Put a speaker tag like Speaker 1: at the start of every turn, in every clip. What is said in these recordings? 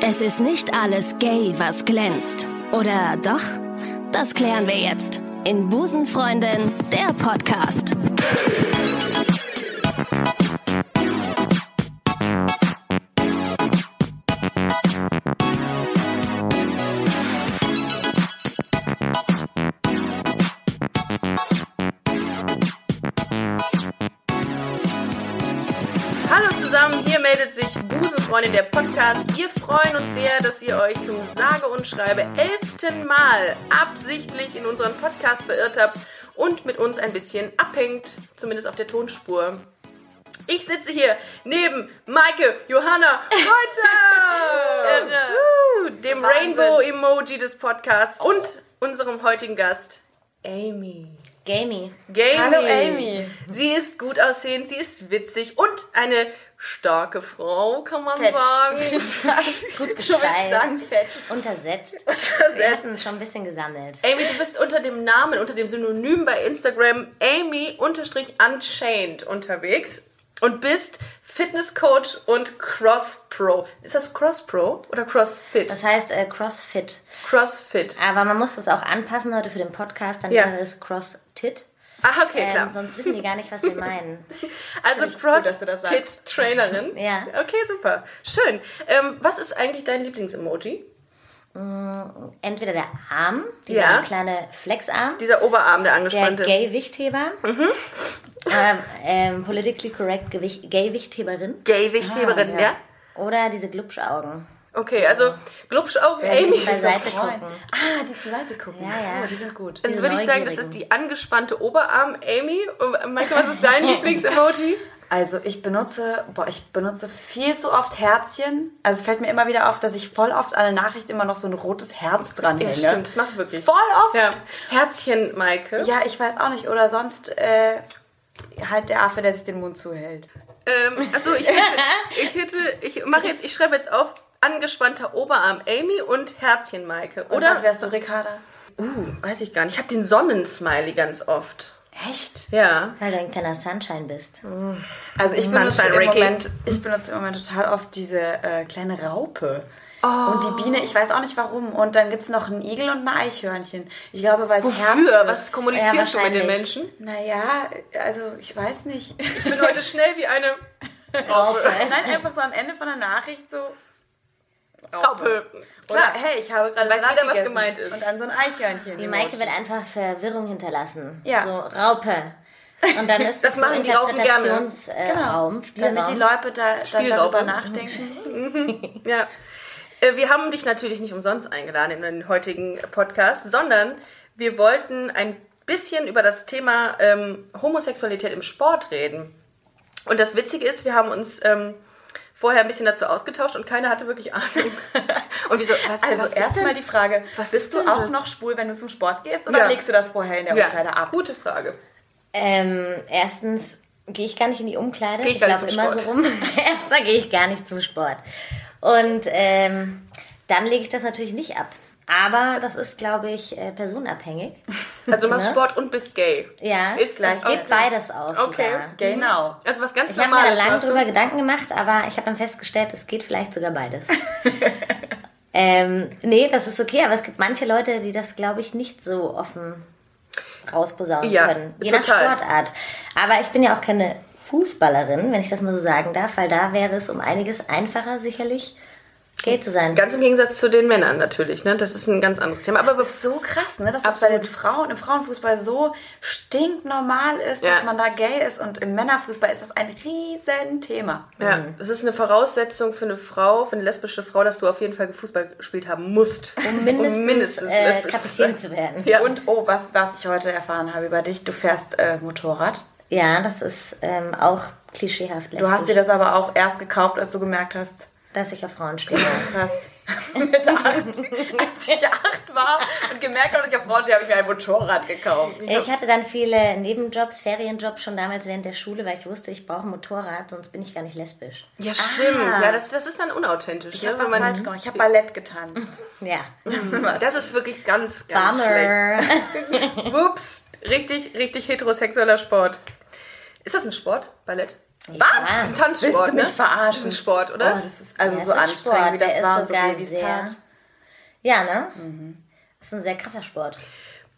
Speaker 1: Es ist nicht alles gay, was glänzt. Oder doch? Das klären wir jetzt in Busenfreundin, der Podcast.
Speaker 2: Hallo zusammen, hier meldet sich Busenfreundin der Podcast. Wir freuen uns sehr, dass ihr euch zum sage und schreibe elften Mal absichtlich in unseren Podcast verirrt habt und mit uns ein bisschen abhängt, zumindest auf der Tonspur. Ich sitze hier neben Maike Johanna Reuter, Wuhu, dem
Speaker 3: Wahnsinn.
Speaker 2: Rainbow-Emoji des Podcasts und unserem heutigen Gast Amy.
Speaker 1: Gamey.
Speaker 2: Gamey.
Speaker 3: Hallo, Amy.
Speaker 2: Sie ist gut aussehend, sie ist witzig und eine starke Frau, kann man
Speaker 4: Fett.
Speaker 2: sagen.
Speaker 4: Gut
Speaker 3: Schon will ich
Speaker 4: gespeist,
Speaker 3: sagen, fett.
Speaker 4: untersetzt. Wir hatten schon ein bisschen gesammelt.
Speaker 2: Amy, du bist unter dem Namen, unter dem Synonym bei Instagram Amy-Unchained unterwegs und bist Fitnesscoach und Cross-Pro. Ist das Cross-Pro oder Crossfit?
Speaker 4: Das heißt äh, CrossFit.
Speaker 2: Crossfit.
Speaker 4: Aber man muss das auch anpassen heute für den Podcast, dann
Speaker 2: Ja.
Speaker 4: wäre es Cross-Tit.
Speaker 2: Ah, okay,
Speaker 4: Ähm,
Speaker 2: klar.
Speaker 4: sonst wissen die gar nicht, was wir meinen.
Speaker 2: Also
Speaker 3: dass du das sagst.
Speaker 2: Cross-Tit-Trainerin.
Speaker 4: Ja.
Speaker 2: Okay, super. Schön. Ähm, was ist eigentlich dein Lieblings-Emoji?
Speaker 4: Entweder der Arm, dieser
Speaker 2: Ja.
Speaker 4: kleine Flexarm,
Speaker 2: Dieser Oberarm, der
Speaker 4: der
Speaker 2: angespannte.
Speaker 4: Gay-Wichtheber,
Speaker 2: Mhm.
Speaker 4: ähm, ähm, politically correct Gewicht- Gay-Wichtheberin
Speaker 2: Gay-Wichtheberin, ja.
Speaker 4: oder diese Glubschaugen.
Speaker 2: Okay, also Glubschaugen,
Speaker 4: Wenn
Speaker 2: Amy.
Speaker 4: die beiseite gucken.
Speaker 3: Ah, die zur Seite gucken.
Speaker 4: Ja, ja.
Speaker 3: Oh, die sind gut.
Speaker 2: Also würde ich sagen, das
Speaker 4: Neugierigen.
Speaker 2: ist die angespannte Oberarm Amy. Und Michael, was ist dein Lieblings-Emoji?
Speaker 3: Also ich benutze, boah, ich benutze viel zu oft Herzchen. Also es fällt mir immer wieder auf, dass ich voll oft an der Nachricht immer noch so ein rotes Herz dran hänge.
Speaker 2: stimmt, das machst du wirklich.
Speaker 3: ne? Voll oft.
Speaker 2: Ja. Herzchen, Maike.
Speaker 3: Ja, ich weiß auch nicht. Oder sonst äh, halt der Affe, der sich den Mund zuhält.
Speaker 2: Ähm, also ich hätte, ich hätte, ich mache jetzt, ich schreibe jetzt auf angespannter Oberarm Amy und Herzchen, Maike.
Speaker 3: Oder
Speaker 2: Oder?
Speaker 3: wärst du, Ricarda?
Speaker 2: uh, weiß ich gar nicht. Ich habe den Sonnensmiley ganz oft.
Speaker 3: Echt?
Speaker 2: Ja.
Speaker 4: Weil du ein kleiner Sunshine bist.
Speaker 2: Oh
Speaker 3: Also ich benutze,
Speaker 2: Sunshine
Speaker 3: im
Speaker 2: Ricky.
Speaker 3: Moment, ich benutze im Moment total oft diese äh, kleine Raupe. Und
Speaker 2: Oh.
Speaker 3: die Biene, ich weiß auch nicht warum. Und dann gibt es noch einen Igel und ein Eichhörnchen. Ich glaube, weil es Herbst
Speaker 2: Wofür?
Speaker 3: ist.
Speaker 2: Was kommunizierst
Speaker 4: Ja,
Speaker 2: du mit den
Speaker 4: wahrscheinlich.
Speaker 2: Menschen?
Speaker 3: Naja, also ich weiß nicht.
Speaker 2: Ich bin heute schnell wie eine
Speaker 3: Nein, einfach so am Ende von der Nachricht so.
Speaker 2: Raupe.
Speaker 3: Oder
Speaker 2: Klar.
Speaker 3: hey, ich habe gerade
Speaker 2: Weiß
Speaker 3: Salat
Speaker 2: jeder, was
Speaker 3: gegessen.
Speaker 2: gemeint ist.
Speaker 3: Und dann so ein Eichhörnchen.
Speaker 4: Die Maike wird einfach Verwirrung hinterlassen.
Speaker 3: Ja.
Speaker 4: So Raupe. Und dann ist
Speaker 2: Das
Speaker 4: es so äh,
Speaker 2: machen die Raupen gerne.
Speaker 3: Genau.
Speaker 4: Interpretationsraum,
Speaker 3: Damit die
Speaker 4: Spielraum.
Speaker 3: Leute da, dann
Speaker 2: Spielraum.
Speaker 3: darüber nachdenken.
Speaker 2: Ja. Äh, Wir haben dich natürlich nicht umsonst eingeladen in den heutigen Podcast, sondern wir wollten ein bisschen über das Thema ähm, Homosexualität im Sport reden. Und das Witzige ist, wir haben uns ähm, vorher ein bisschen dazu ausgetauscht und keiner hatte wirklich Ahnung. Und wieso? Was,
Speaker 3: Also
Speaker 2: was ist
Speaker 3: erstmal
Speaker 2: denn-
Speaker 3: die Frage,
Speaker 2: was ist
Speaker 3: bist du
Speaker 2: denn
Speaker 3: auch
Speaker 2: das?
Speaker 3: noch schwul, wenn du zum Sport gehst? Oder
Speaker 2: Ja.
Speaker 3: legst du das vorher in der Umkleide
Speaker 2: ja,
Speaker 3: ab?
Speaker 2: gute Frage.
Speaker 4: Ähm, erstens gehe ich gar nicht in die Umkleide.
Speaker 2: Geh ich
Speaker 4: ich
Speaker 2: gar nicht
Speaker 4: laufe
Speaker 2: zum Sport.
Speaker 4: immer so rum. Erstmal gehe ich gar nicht zum Sport. Und ähm, dann lege ich das natürlich nicht ab. Aber das ist, glaube ich, äh, personenabhängig.
Speaker 2: Also du machst
Speaker 4: Ne?
Speaker 2: Sport und bist gay.
Speaker 4: Ja,
Speaker 2: Ist gleich.
Speaker 4: es geht
Speaker 2: Okay.
Speaker 4: beides aus.
Speaker 2: Okay.
Speaker 4: Sogar.
Speaker 3: Genau.
Speaker 2: Also was ganz
Speaker 4: Ich habe mir da
Speaker 2: Normales.
Speaker 4: lange
Speaker 2: warst du?
Speaker 4: drüber Gedanken gemacht, aber ich habe dann festgestellt, es geht vielleicht sogar beides. ähm, nee, das ist okay, aber es gibt manche Leute, die das, glaube ich, nicht so offen rausposaunen
Speaker 2: Ja,
Speaker 4: können. Je
Speaker 2: total.
Speaker 4: nach Sportart. Aber ich bin ja auch keine Fußballerin, wenn ich das mal so sagen darf, weil da wäre es um einiges einfacher sicherlich, gay zu sein.
Speaker 2: Ganz im Gegensatz zu den Männern natürlich, ne? Das ist ein ganz anderes Thema. Aber
Speaker 3: Das ist so krass, ne? Dass das bei den Frauen im Frauenfußball so stinknormal ist,
Speaker 2: Ja.
Speaker 3: dass man da gay ist. Und im Männerfußball ist das ein Riesenthema.
Speaker 2: Ja, das ist eine Voraussetzung für eine Frau, für eine lesbische Frau, dass du auf jeden Fall Fußball gespielt haben musst.
Speaker 4: Um mindestens, äh,
Speaker 2: lesbisch
Speaker 4: Kapitän
Speaker 2: sein.
Speaker 4: zu werden.
Speaker 2: Ja.
Speaker 3: Und oh, was, was ich heute erfahren habe über dich, du fährst äh, Motorrad.
Speaker 4: Ja, das ist ähm, auch klischeehaft.
Speaker 3: Du hast dir
Speaker 4: lesbisch,
Speaker 3: das aber auch erst gekauft, als du gemerkt hast,
Speaker 4: dass ich auf Frauen stehe.
Speaker 3: krass. Mit acht, als ich acht war und gemerkt habe, dass ich auf Frauen stehe, habe ich mir ein Motorrad gekauft.
Speaker 4: Äh, Ich hatte dann viele Nebenjobs, Ferienjobs schon damals während der Schule, weil ich wusste, ich brauche ein Motorrad, sonst bin ich gar nicht lesbisch.
Speaker 2: Ja, stimmt. Ja, das, das ist dann unauthentisch.
Speaker 3: ah. Ich habe
Speaker 2: ne?
Speaker 3: was
Speaker 2: Wenn man,
Speaker 3: falsch gemacht. Ich habe Ballett getanzt.
Speaker 4: Ja.
Speaker 2: das ist wirklich ganz, ganz
Speaker 4: Bummer.
Speaker 2: schlecht. Ups. Richtig, richtig heterosexueller Sport. Ist das ein Sport, Ballett? Was? Ein Tanzsport,
Speaker 3: Willst du mich
Speaker 2: ne?
Speaker 3: verarschen?
Speaker 2: Das ist ein Sport, oder?
Speaker 3: Oh, das ist also
Speaker 4: Ja,
Speaker 3: so
Speaker 4: es ist
Speaker 3: anstrengend,
Speaker 4: Sport.
Speaker 3: wie das
Speaker 4: Der ist
Speaker 3: war und so
Speaker 4: sogar
Speaker 3: weh, wie es
Speaker 4: sehr-
Speaker 3: tat.
Speaker 4: Ja, ne?
Speaker 3: Mhm.
Speaker 4: Das ist ein sehr krasser Sport.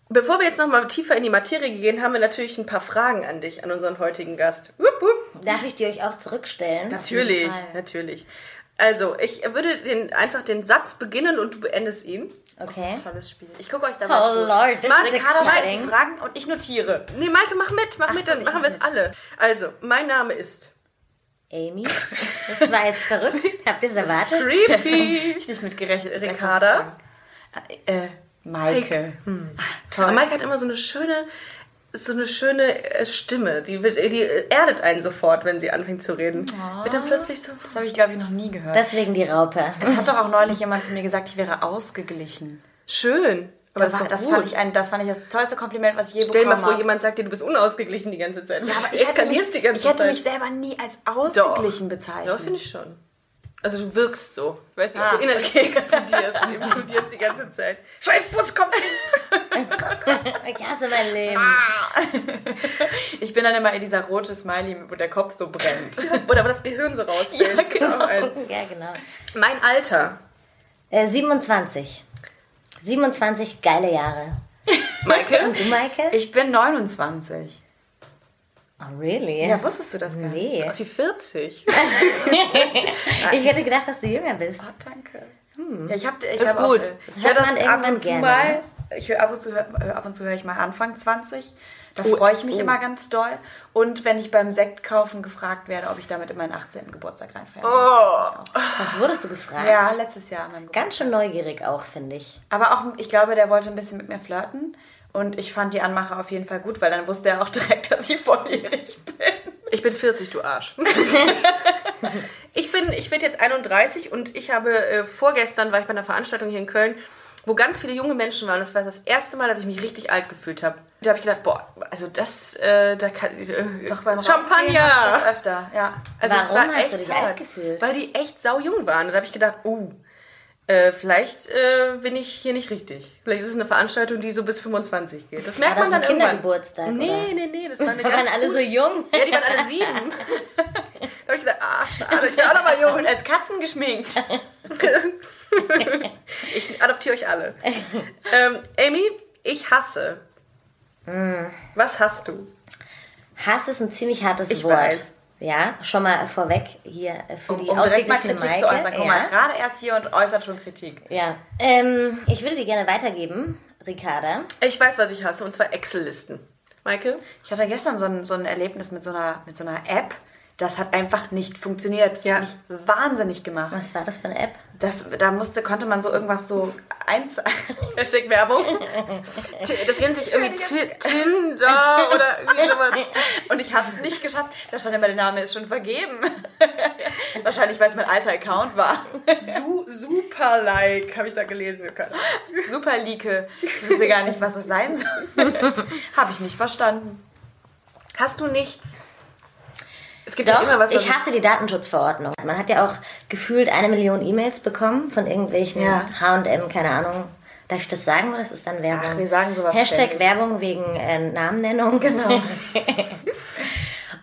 Speaker 2: Bevor wir jetzt nochmal tiefer in die Materie gehen, haben wir natürlich ein paar Fragen an dich, an unseren heutigen Gast. Wupp, wupp.
Speaker 4: Darf ich die euch auch zurückstellen?
Speaker 2: Natürlich, natürlich. Also, ich würde den, einfach den Satz beginnen und du beendest ihn.
Speaker 4: Okay.
Speaker 3: Tolles Spiel. Ich gucke euch da mal
Speaker 4: Oh
Speaker 3: zu.
Speaker 4: Lord, this
Speaker 2: Mann,
Speaker 4: is
Speaker 3: Ricarda schreibt die
Speaker 4: exciting.
Speaker 3: Fragen und ich notiere.
Speaker 2: Nee, Maike, mach mit, mach
Speaker 3: Ach
Speaker 2: mit,
Speaker 3: so,
Speaker 2: dann
Speaker 3: ich
Speaker 2: machen
Speaker 3: mach
Speaker 2: wir es
Speaker 3: mit.
Speaker 2: alle. Also, mein Name ist
Speaker 4: Amy, das war jetzt verrückt. Habt ihr es erwartet?
Speaker 2: Creepy.
Speaker 3: Ich nicht mitgerechnet.
Speaker 2: Ricarda?
Speaker 3: Äh, Maike. Hm.
Speaker 2: Aber
Speaker 3: Toll.
Speaker 2: Maike hat immer so eine schöne, so eine schöne äh, Stimme. Die, wird- die erdet einen sofort, wenn sie anfängt zu reden. Wird dann plötzlich so.
Speaker 3: Das habe ich, glaube ich, noch nie gehört.
Speaker 4: Deswegen die Raupe.
Speaker 3: es hat doch auch neulich jemand zu mir gesagt, ich wäre ausgeglichen.
Speaker 2: Schön. Aber
Speaker 3: Das,
Speaker 2: das, ist
Speaker 3: war,
Speaker 2: doch
Speaker 3: das,
Speaker 2: gut.
Speaker 3: fand ich ein, das fand ich das tollste Kompliment, was ich je
Speaker 2: Stell dir
Speaker 3: bekommen
Speaker 2: mal vor,
Speaker 3: habe.
Speaker 2: jemand sagt dir, du bist unausgeglichen die ganze Zeit.
Speaker 3: Ja, aber
Speaker 2: du
Speaker 3: ich hätte, mich,
Speaker 2: eskalierst die ganze
Speaker 3: ich hätte
Speaker 2: Zeit.
Speaker 3: mich selber nie als ausgeglichen bezeichnet.
Speaker 2: ja, finde ich schon. Also du wirkst so. Ich weiß nicht,
Speaker 3: Ah.
Speaker 2: ob du innerlich explodierst und implodierst die ganze Zeit. Scheiß Bus, kommt nicht!
Speaker 4: Ich hasse mein Leben.
Speaker 3: Ich bin dann immer in dieser rote Smiley, wo der Kopf so brennt.
Speaker 2: Oder wo das Gehirn so rausfällt.
Speaker 3: Ja, genau.
Speaker 2: Also,
Speaker 4: Ja, genau.
Speaker 2: Mein Alter.
Speaker 4: Äh, 27. 27 geile Jahre.
Speaker 2: Maike?
Speaker 4: Und du, Maike?
Speaker 3: Ich bin 29.
Speaker 4: Oh, really?
Speaker 3: Ja, wusstest du das gar nicht?
Speaker 4: nee.
Speaker 2: Sie 40.
Speaker 4: Ich hätte gedacht, dass du jünger bist.
Speaker 3: Ah, danke. Ja, ich hab, ich
Speaker 2: Ist
Speaker 3: hab auch- äh,
Speaker 2: gut.
Speaker 3: ich höre
Speaker 4: hört
Speaker 3: das
Speaker 4: man
Speaker 3: ab
Speaker 4: irgendwann
Speaker 3: und zu
Speaker 4: gerne,
Speaker 3: mal. Ich höre ab und zu, hör, äh, ab und zu höre ich mal Anfang 20. Da freue ich mich immer ganz doll. Und wenn ich beim Sektkaufen gefragt werde, ob ich damit in meinen 18. Geburtstag reinfeiere. Oh.
Speaker 4: Das wurdest du gefragt.
Speaker 3: Ja, letztes Jahr an meinem Geburtstag.
Speaker 4: Ganz schön neugierig auch, finde ich.
Speaker 3: Aber auch, ich glaube, der wollte ein bisschen mit mir flirten. Und ich fand die Anmache auf jeden Fall gut, weil dann wusste er auch direkt, dass ich volljährig bin.
Speaker 2: Ich bin 40, du Arsch. ich bin, ich werde jetzt 31 und ich habe äh, vorgestern war ich bei einer Veranstaltung hier in Köln, wo ganz viele junge Menschen waren. Das war das erste Mal, dass ich mich richtig alt gefühlt habe. Da habe ich gedacht, boah, also das, äh, da kann äh,
Speaker 3: Rausgehen hab ich
Speaker 2: Champagner.
Speaker 3: das öfter, ja.
Speaker 2: Also es
Speaker 4: Warum
Speaker 2: war
Speaker 4: hast
Speaker 2: echt
Speaker 4: du dich
Speaker 2: hart,
Speaker 4: alt gefühlt?
Speaker 2: Weil die echt sau jung waren. Und da habe ich gedacht, uh, äh, vielleicht äh, bin ich hier nicht richtig. Vielleicht ist es eine Veranstaltung, die so bis 25 geht. Das merkt
Speaker 4: das
Speaker 2: man dann
Speaker 4: ein
Speaker 2: irgendwann.
Speaker 4: Kindergeburtstag,
Speaker 2: Nee, nee, nee, das war eine
Speaker 4: Wir waren
Speaker 2: ganz
Speaker 4: alle so jung.
Speaker 2: ja, die waren alle sieben. da habe ich gesagt, ah, schade, ich bin auch noch mal jung.
Speaker 3: Und als Katzen geschminkt.
Speaker 2: Ich adoptiere euch alle. Ähm, Amy, ich hasse.
Speaker 4: Hm.
Speaker 2: Was hast du?
Speaker 4: Hass ist ein ziemlich hartes
Speaker 2: Ich
Speaker 4: Wort.
Speaker 2: weiß.
Speaker 4: Ja, schon mal vorweg hier äh, für
Speaker 3: Um,
Speaker 4: die
Speaker 3: um direkt mal
Speaker 4: ausgeglichene
Speaker 3: Kritik
Speaker 4: Maike.
Speaker 3: zu äußern. Guck mal,
Speaker 4: ja.
Speaker 3: ist gerade erst hier und äußert schon Kritik.
Speaker 4: Ja. Ähm, ich würde die gerne weitergeben, Ricarda.
Speaker 2: Ich weiß, was ich hasse, und zwar Excel-Listen. Maike?
Speaker 3: Ich hatte gestern so ein, so ein Erlebnis mit so, einer, mit so einer App. Das hat einfach nicht funktioniert. Das
Speaker 2: Ja.
Speaker 3: hat mich wahnsinnig gemacht.
Speaker 4: Was war das für eine App?
Speaker 3: Das, da musste, konnte man so irgendwas so eins.
Speaker 2: Hashtag Werbung. T- Das nennt sich irgendwie Ti- Tinder oder irgendwie sowas.
Speaker 3: Und ich habe es nicht geschafft. Da stand immer, der Name ist schon vergeben. Wahrscheinlich, weil es mein alter Account war.
Speaker 2: Su super Like, habe ich da gelesen.
Speaker 3: Super Leake. Ich wusste gar nicht, was das sein soll. habe ich nicht verstanden.
Speaker 2: Hast du nichts? Es gibt ja
Speaker 4: Doch,
Speaker 2: immer was, was
Speaker 4: ich hasse die Datenschutzverordnung. Man hat ja auch gefühlt eine Million E-Mails bekommen von irgendwelchen
Speaker 3: Ja.
Speaker 4: H&M, keine Ahnung. Darf ich das sagen oder ist das dann Werbung?
Speaker 3: Ach, wir sagen sowas
Speaker 4: Hashtag
Speaker 3: ständig.
Speaker 4: Werbung wegen äh, Namennennung. Genau.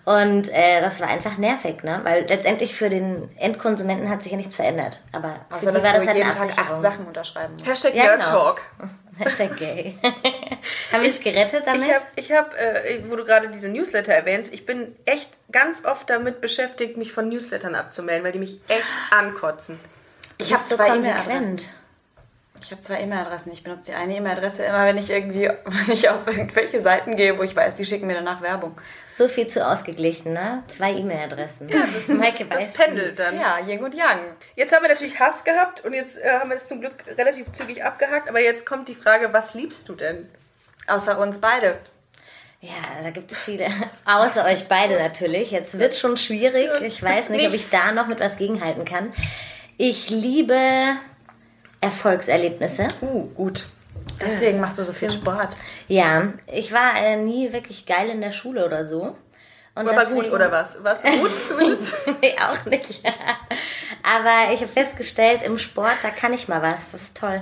Speaker 4: Und äh, das war einfach nervig, ne? Weil letztendlich für den Endkonsumenten hat sich ja nichts verändert. Aber für
Speaker 3: Also,
Speaker 4: die
Speaker 3: dass
Speaker 4: war das
Speaker 3: du
Speaker 4: halt
Speaker 3: jeden
Speaker 4: eine
Speaker 3: Tag acht
Speaker 4: Absicherung.
Speaker 3: Sachen unterschreiben musst.
Speaker 2: Hashtag
Speaker 4: Ja,
Speaker 2: Nerd
Speaker 4: genau.
Speaker 2: Talk.
Speaker 4: Hashtag gay. Haben wir es gerettet damit?
Speaker 2: Ich habe, ich hab, äh, wo du gerade diese Newsletter erwähnst, ich bin echt ganz oft damit beschäftigt, mich von Newslettern abzumelden, weil die mich echt ankotzen.
Speaker 4: Du
Speaker 3: Ich
Speaker 4: bist
Speaker 3: hab
Speaker 4: so
Speaker 3: zwei E-Mail-Adressen.
Speaker 4: konsequent.
Speaker 3: Ich habe zwei E-Mail-Adressen. Ich benutze die eine E-Mail-Adresse immer, wenn ich irgendwie, wenn ich auf irgendwelche Seiten gehe, wo ich weiß, die schicken mir danach Werbung.
Speaker 4: So viel zu ausgeglichen, ne? Zwei E-Mail-Adressen. Ja, das, Maike weiß
Speaker 2: Das pendelt dann.
Speaker 3: Ja, Yin und Yang.
Speaker 2: Jetzt haben wir natürlich Hass gehabt und jetzt äh, haben wir es zum Glück relativ zügig abgehakt, aber jetzt kommt die Frage, was liebst du denn?
Speaker 3: Außer uns beide.
Speaker 4: Ja, da gibt es viele. Außer euch beide natürlich. Jetzt wird schon schwierig. Ich weiß nicht, ob ich da noch mit was gegenhalten kann. Ich liebe Erfolgserlebnisse.
Speaker 2: Uh, gut.
Speaker 3: Deswegen machst du so viel Sport.
Speaker 4: Ja, ich war äh, nie wirklich geil in der Schule oder so. Und
Speaker 2: Aber gut,
Speaker 4: deswegen-
Speaker 2: oder was? Warst du gut zumindest?
Speaker 4: nee, auch nicht. Aber ich habe festgestellt, im Sport, da kann ich mal was. Das ist toll.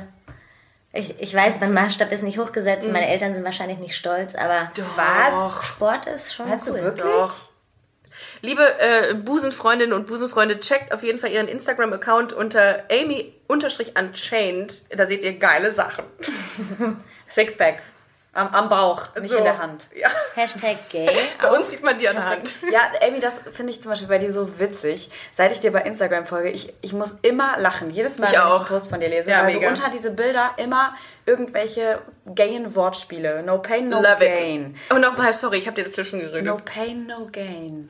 Speaker 4: Ich, ich weiß, mein Maßstab ist nicht hochgesetzt, meine Eltern sind wahrscheinlich nicht stolz, aber
Speaker 2: Mhm. Doch.
Speaker 4: Sport ist schon
Speaker 3: Meinst
Speaker 4: cool.
Speaker 3: du wirklich?
Speaker 2: Doch. Liebe äh, Busenfreundinnen und Busenfreunde, checkt auf jeden Fall ihren Instagram-Account unter Amy-Unchained. Da seht ihr geile Sachen.
Speaker 3: Sixpack. Am, am Bauch, nicht
Speaker 2: So.
Speaker 3: in der Hand.
Speaker 2: Ja.
Speaker 4: Hashtag gay.
Speaker 2: Bei uns sieht man die an der Hand.
Speaker 3: Ja, Amy, das finde ich zum Beispiel bei dir so witzig. Seit ich dir bei Instagram folge, ich, ich muss immer lachen. Jedes Mal,
Speaker 2: Ich
Speaker 3: wenn ich
Speaker 2: auch.
Speaker 3: einen Post von dir lese.
Speaker 2: Ja,
Speaker 3: weil
Speaker 2: mega.
Speaker 3: du unter diese Bilder immer irgendwelche gayen Wortspiele. No pain, no
Speaker 2: Love
Speaker 3: gain.
Speaker 2: it. Und nochmal, sorry, ich habe dir dazwischen geredet.
Speaker 3: No pain, no gain.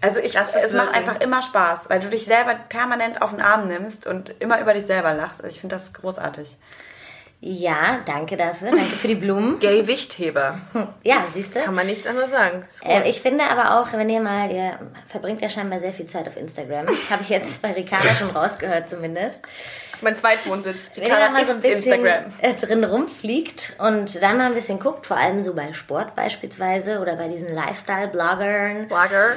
Speaker 3: Also ich,
Speaker 2: Das
Speaker 3: es
Speaker 2: ist
Speaker 3: macht
Speaker 2: wirklich-
Speaker 3: einfach immer Spaß, weil du dich selber permanent auf den Arm nimmst und immer über dich selber lachst. Also ich finde das großartig.
Speaker 4: Ja, danke dafür. Danke für die Blumen.
Speaker 2: Gay Wichtheber.
Speaker 4: Ja, siehst du?
Speaker 2: Kann man nichts anderes sagen. Ist groß.
Speaker 4: Äh, ich finde aber auch, wenn ihr mal, ihr verbringt ja scheinbar sehr viel Zeit auf Instagram. Habe ich jetzt bei Ricarda schon rausgehört zumindest.
Speaker 2: Das ist mein Zweitwohnsitz.
Speaker 4: Wenn ihr da mal
Speaker 3: ist
Speaker 4: so ein bisschen
Speaker 3: Instagram.
Speaker 4: äh, drin rumfliegt und da mal ein bisschen guckt, vor allem so bei Sport beispielsweise oder bei diesen Lifestyle-Bloggern,
Speaker 2: Blogger.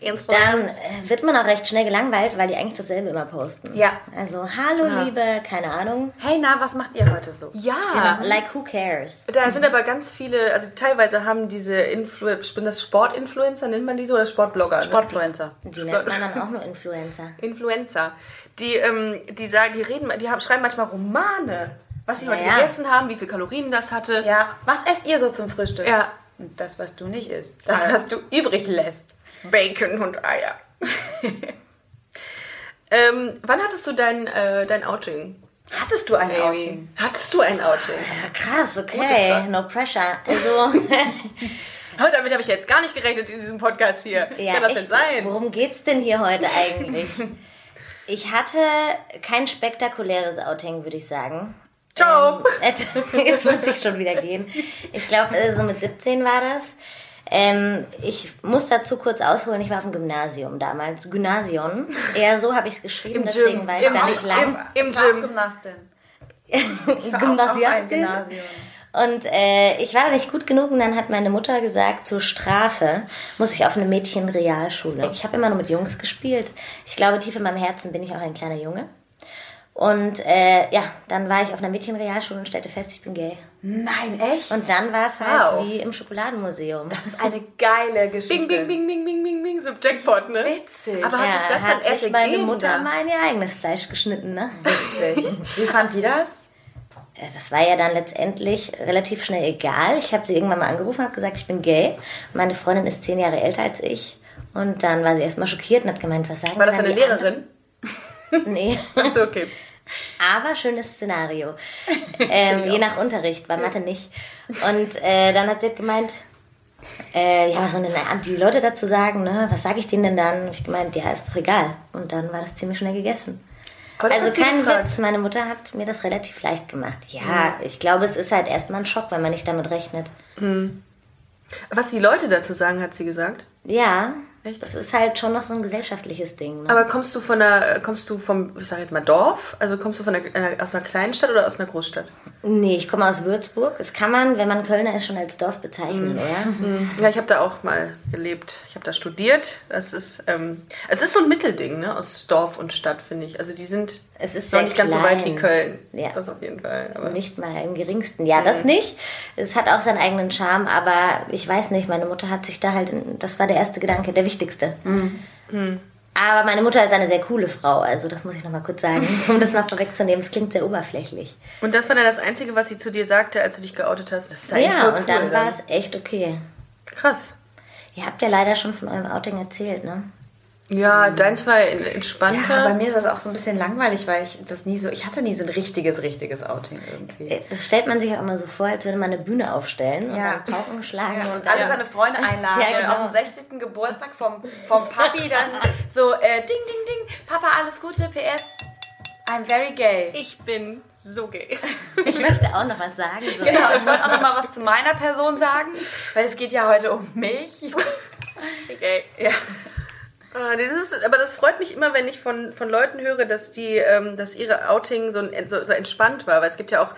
Speaker 4: dann
Speaker 2: Influencer.
Speaker 4: äh, wird man auch recht schnell gelangweilt, weil die eigentlich dasselbe immer posten.
Speaker 3: Ja.
Speaker 4: Also, hallo Liebe, keine Ahnung.
Speaker 3: Hey, na, was macht ihr heute so?
Speaker 2: Ja.
Speaker 4: Like, who cares?
Speaker 2: Da sind aber ganz viele, also teilweise haben diese Influ ich bin das Sportinfluencer, nennt man die so, oder Sportblogger? ne?
Speaker 3: Sportfluencer.
Speaker 4: Die nennt man dann auch nur Influencer.
Speaker 2: Influencer. Die, ähm, die sagen, die reden, die haben, schreiben manchmal Romane, was sie heute
Speaker 4: Ja.
Speaker 2: gegessen haben, wie viel Kalorien das hatte.
Speaker 3: Ja, was esst ihr so zum Frühstück?
Speaker 2: Ja.
Speaker 3: Und Das, was du nicht isst. Das,
Speaker 2: Ja.
Speaker 3: was du übrig lässt.
Speaker 2: Bacon und Eier. ähm, wann hattest du dein, äh, dein Outing?
Speaker 3: Hattest du ein
Speaker 2: Baby?
Speaker 3: Outing?
Speaker 2: Hattest du ein Outing?
Speaker 4: Ja, krass, okay.
Speaker 2: Frage.
Speaker 4: No pressure. Also,
Speaker 2: Oh, damit habe ich jetzt gar nicht gerechnet in diesem Podcast hier.
Speaker 4: ja,
Speaker 2: Kann das
Speaker 4: echt,
Speaker 2: denn sein?
Speaker 4: Worum geht's denn hier heute eigentlich? Ich hatte kein spektakuläres Outing, würde ich sagen.
Speaker 2: Ciao.
Speaker 4: Ähm, äh, jetzt muss ich schon wieder gehen. Ich glaube, äh, so mit 17 war das. Ähm, ich muss dazu kurz ausholen, ich war auf dem Gymnasium damals. Gymnasion. Eher so habe ich es
Speaker 2: Im
Speaker 4: geschrieben,
Speaker 2: Gym.
Speaker 4: deswegen war ich
Speaker 2: Im
Speaker 4: da
Speaker 2: Gym.
Speaker 4: nicht lang.
Speaker 2: Im
Speaker 3: ich war auch
Speaker 2: Gym.
Speaker 3: Gymnastin.
Speaker 4: Gymnasiastin.
Speaker 3: Auch ein Gymnasium.
Speaker 4: Und äh, ich war da nicht gut genug und dann hat meine Mutter gesagt, zur Strafe muss ich auf eine Mädchenrealschule. Ich habe immer nur mit Jungs gespielt. Ich glaube, tief in meinem Herzen bin ich auch ein kleiner Junge. Und äh, ja, dann war ich auf einer Mädchenrealschule und stellte fest, ich bin gay.
Speaker 3: Nein, echt?
Speaker 4: Und dann war es halt
Speaker 2: Wow.
Speaker 4: wie im Schokoladenmuseum.
Speaker 3: das ist eine geile Geschichte.
Speaker 2: Bing, bing, bing, bing, bing, bing, bing, so Jackpot, ne?
Speaker 3: Witzig.
Speaker 2: Aber hat sich das dann
Speaker 4: hat
Speaker 2: erst
Speaker 4: sich meine
Speaker 2: ergeben,
Speaker 4: Mutter
Speaker 2: da?
Speaker 4: mal in ihr eigenes Fleisch geschnitten, ne?
Speaker 3: Witzig. Wie fand die das?
Speaker 4: Äh, das war ja dann letztendlich relativ schnell egal. Ich habe sie irgendwann mal angerufen, habe gesagt, ich bin gay. Meine Freundin ist zehn Jahre älter als ich. Und dann war sie erstmal schockiert und hat gemeint, was sagen
Speaker 2: War das
Speaker 4: dann
Speaker 2: eine
Speaker 4: die
Speaker 2: Lehrerin?
Speaker 4: anderen? Nee.
Speaker 2: Achso, okay.
Speaker 4: Aber schönes Szenario. Ähm, je nach Unterricht, bei Mathe nicht. Und äh, dann hat sie halt gemeint, äh, ja, was sollen denn die Leute dazu sagen? Ne? Was sage ich denen denn dann? Hab ich gemeint, ja, ist doch egal. Und dann war das ziemlich schnell gegessen.
Speaker 2: Aber das
Speaker 4: also
Speaker 2: hat sie
Speaker 4: kein
Speaker 2: gefragt.
Speaker 4: Witz, meine Mutter hat mir das relativ leicht gemacht. Ja, ich glaube, es ist halt erstmal ein Schock, wenn man nicht damit rechnet.
Speaker 2: Was die Leute dazu sagen, hat sie gesagt.
Speaker 4: Ja,
Speaker 2: Echt?
Speaker 4: das ist halt schon noch so ein gesellschaftliches Ding. Ne?
Speaker 2: Aber kommst du von einer, kommst du vom, ich sag jetzt mal Dorf? Also kommst du von einer, einer, aus einer kleinen Stadt oder aus einer Großstadt?
Speaker 4: Nee, ich komme aus Würzburg. Das kann man, wenn man Kölner ist, schon als Dorf bezeichnen, oder?
Speaker 2: Ja, ich habe da auch mal gelebt. Ich habe da studiert. Das ist, ähm, es ist so ein Mittelding, ne? Aus Dorf und Stadt, finde ich. Also die sind
Speaker 4: Es ist
Speaker 2: noch
Speaker 4: sehr
Speaker 2: nicht ganz so weit wie
Speaker 4: klein.
Speaker 2: Köln.
Speaker 4: Ja.
Speaker 2: Das auf jeden Fall. Aber
Speaker 4: Nicht mal im geringsten. Ja, das nicht. Es hat auch seinen eigenen Charme, aber ich weiß nicht, meine Mutter hat sich da halt, in, das war der erste Gedanke, der wichtigste. Aber meine Mutter ist eine sehr coole Frau, also das muss ich nochmal kurz sagen, um das mal vorwegzunehmen. Es klingt sehr oberflächlich.
Speaker 2: Und das war dann das Einzige, was sie zu dir sagte, als du dich geoutet hast. Das ist eigentlich
Speaker 4: Ja,
Speaker 2: voll cool,
Speaker 4: und dann war es echt okay.
Speaker 2: Krass.
Speaker 4: Ihr habt ja leider schon von eurem Outing erzählt, ne?
Speaker 2: Ja, deins war en-
Speaker 3: Ja, bei
Speaker 2: entspannter.
Speaker 3: mir ist das auch so ein bisschen langweilig, weil ich das nie so, ich hatte nie so ein richtiges, richtiges Outing irgendwie.
Speaker 4: Das stellt man sich auch immer so vor, als würde man eine Bühne aufstellen und
Speaker 3: Ja.
Speaker 4: dann Pauken schlagen und
Speaker 3: Alle
Speaker 4: dann
Speaker 3: seine Freunde einladen.
Speaker 4: Ja, genau.
Speaker 3: Auf dem 60. Geburtstag vom, vom Papi dann so äh, ding, ding, ding. Papa, alles Gute, PS. I'm very gay.
Speaker 2: ich bin so gay.
Speaker 4: ich möchte auch noch was sagen. So.
Speaker 3: Genau, ich wollte auch noch mal was zu meiner Person sagen, weil es geht ja heute um mich.
Speaker 2: gay.
Speaker 3: Ja.
Speaker 2: Ah, Das ist, aber das freut mich immer, wenn ich von, von Leuten höre, dass die, ähm, dass ihre Outing so, ein, so, so entspannt war. Weil es gibt ja auch,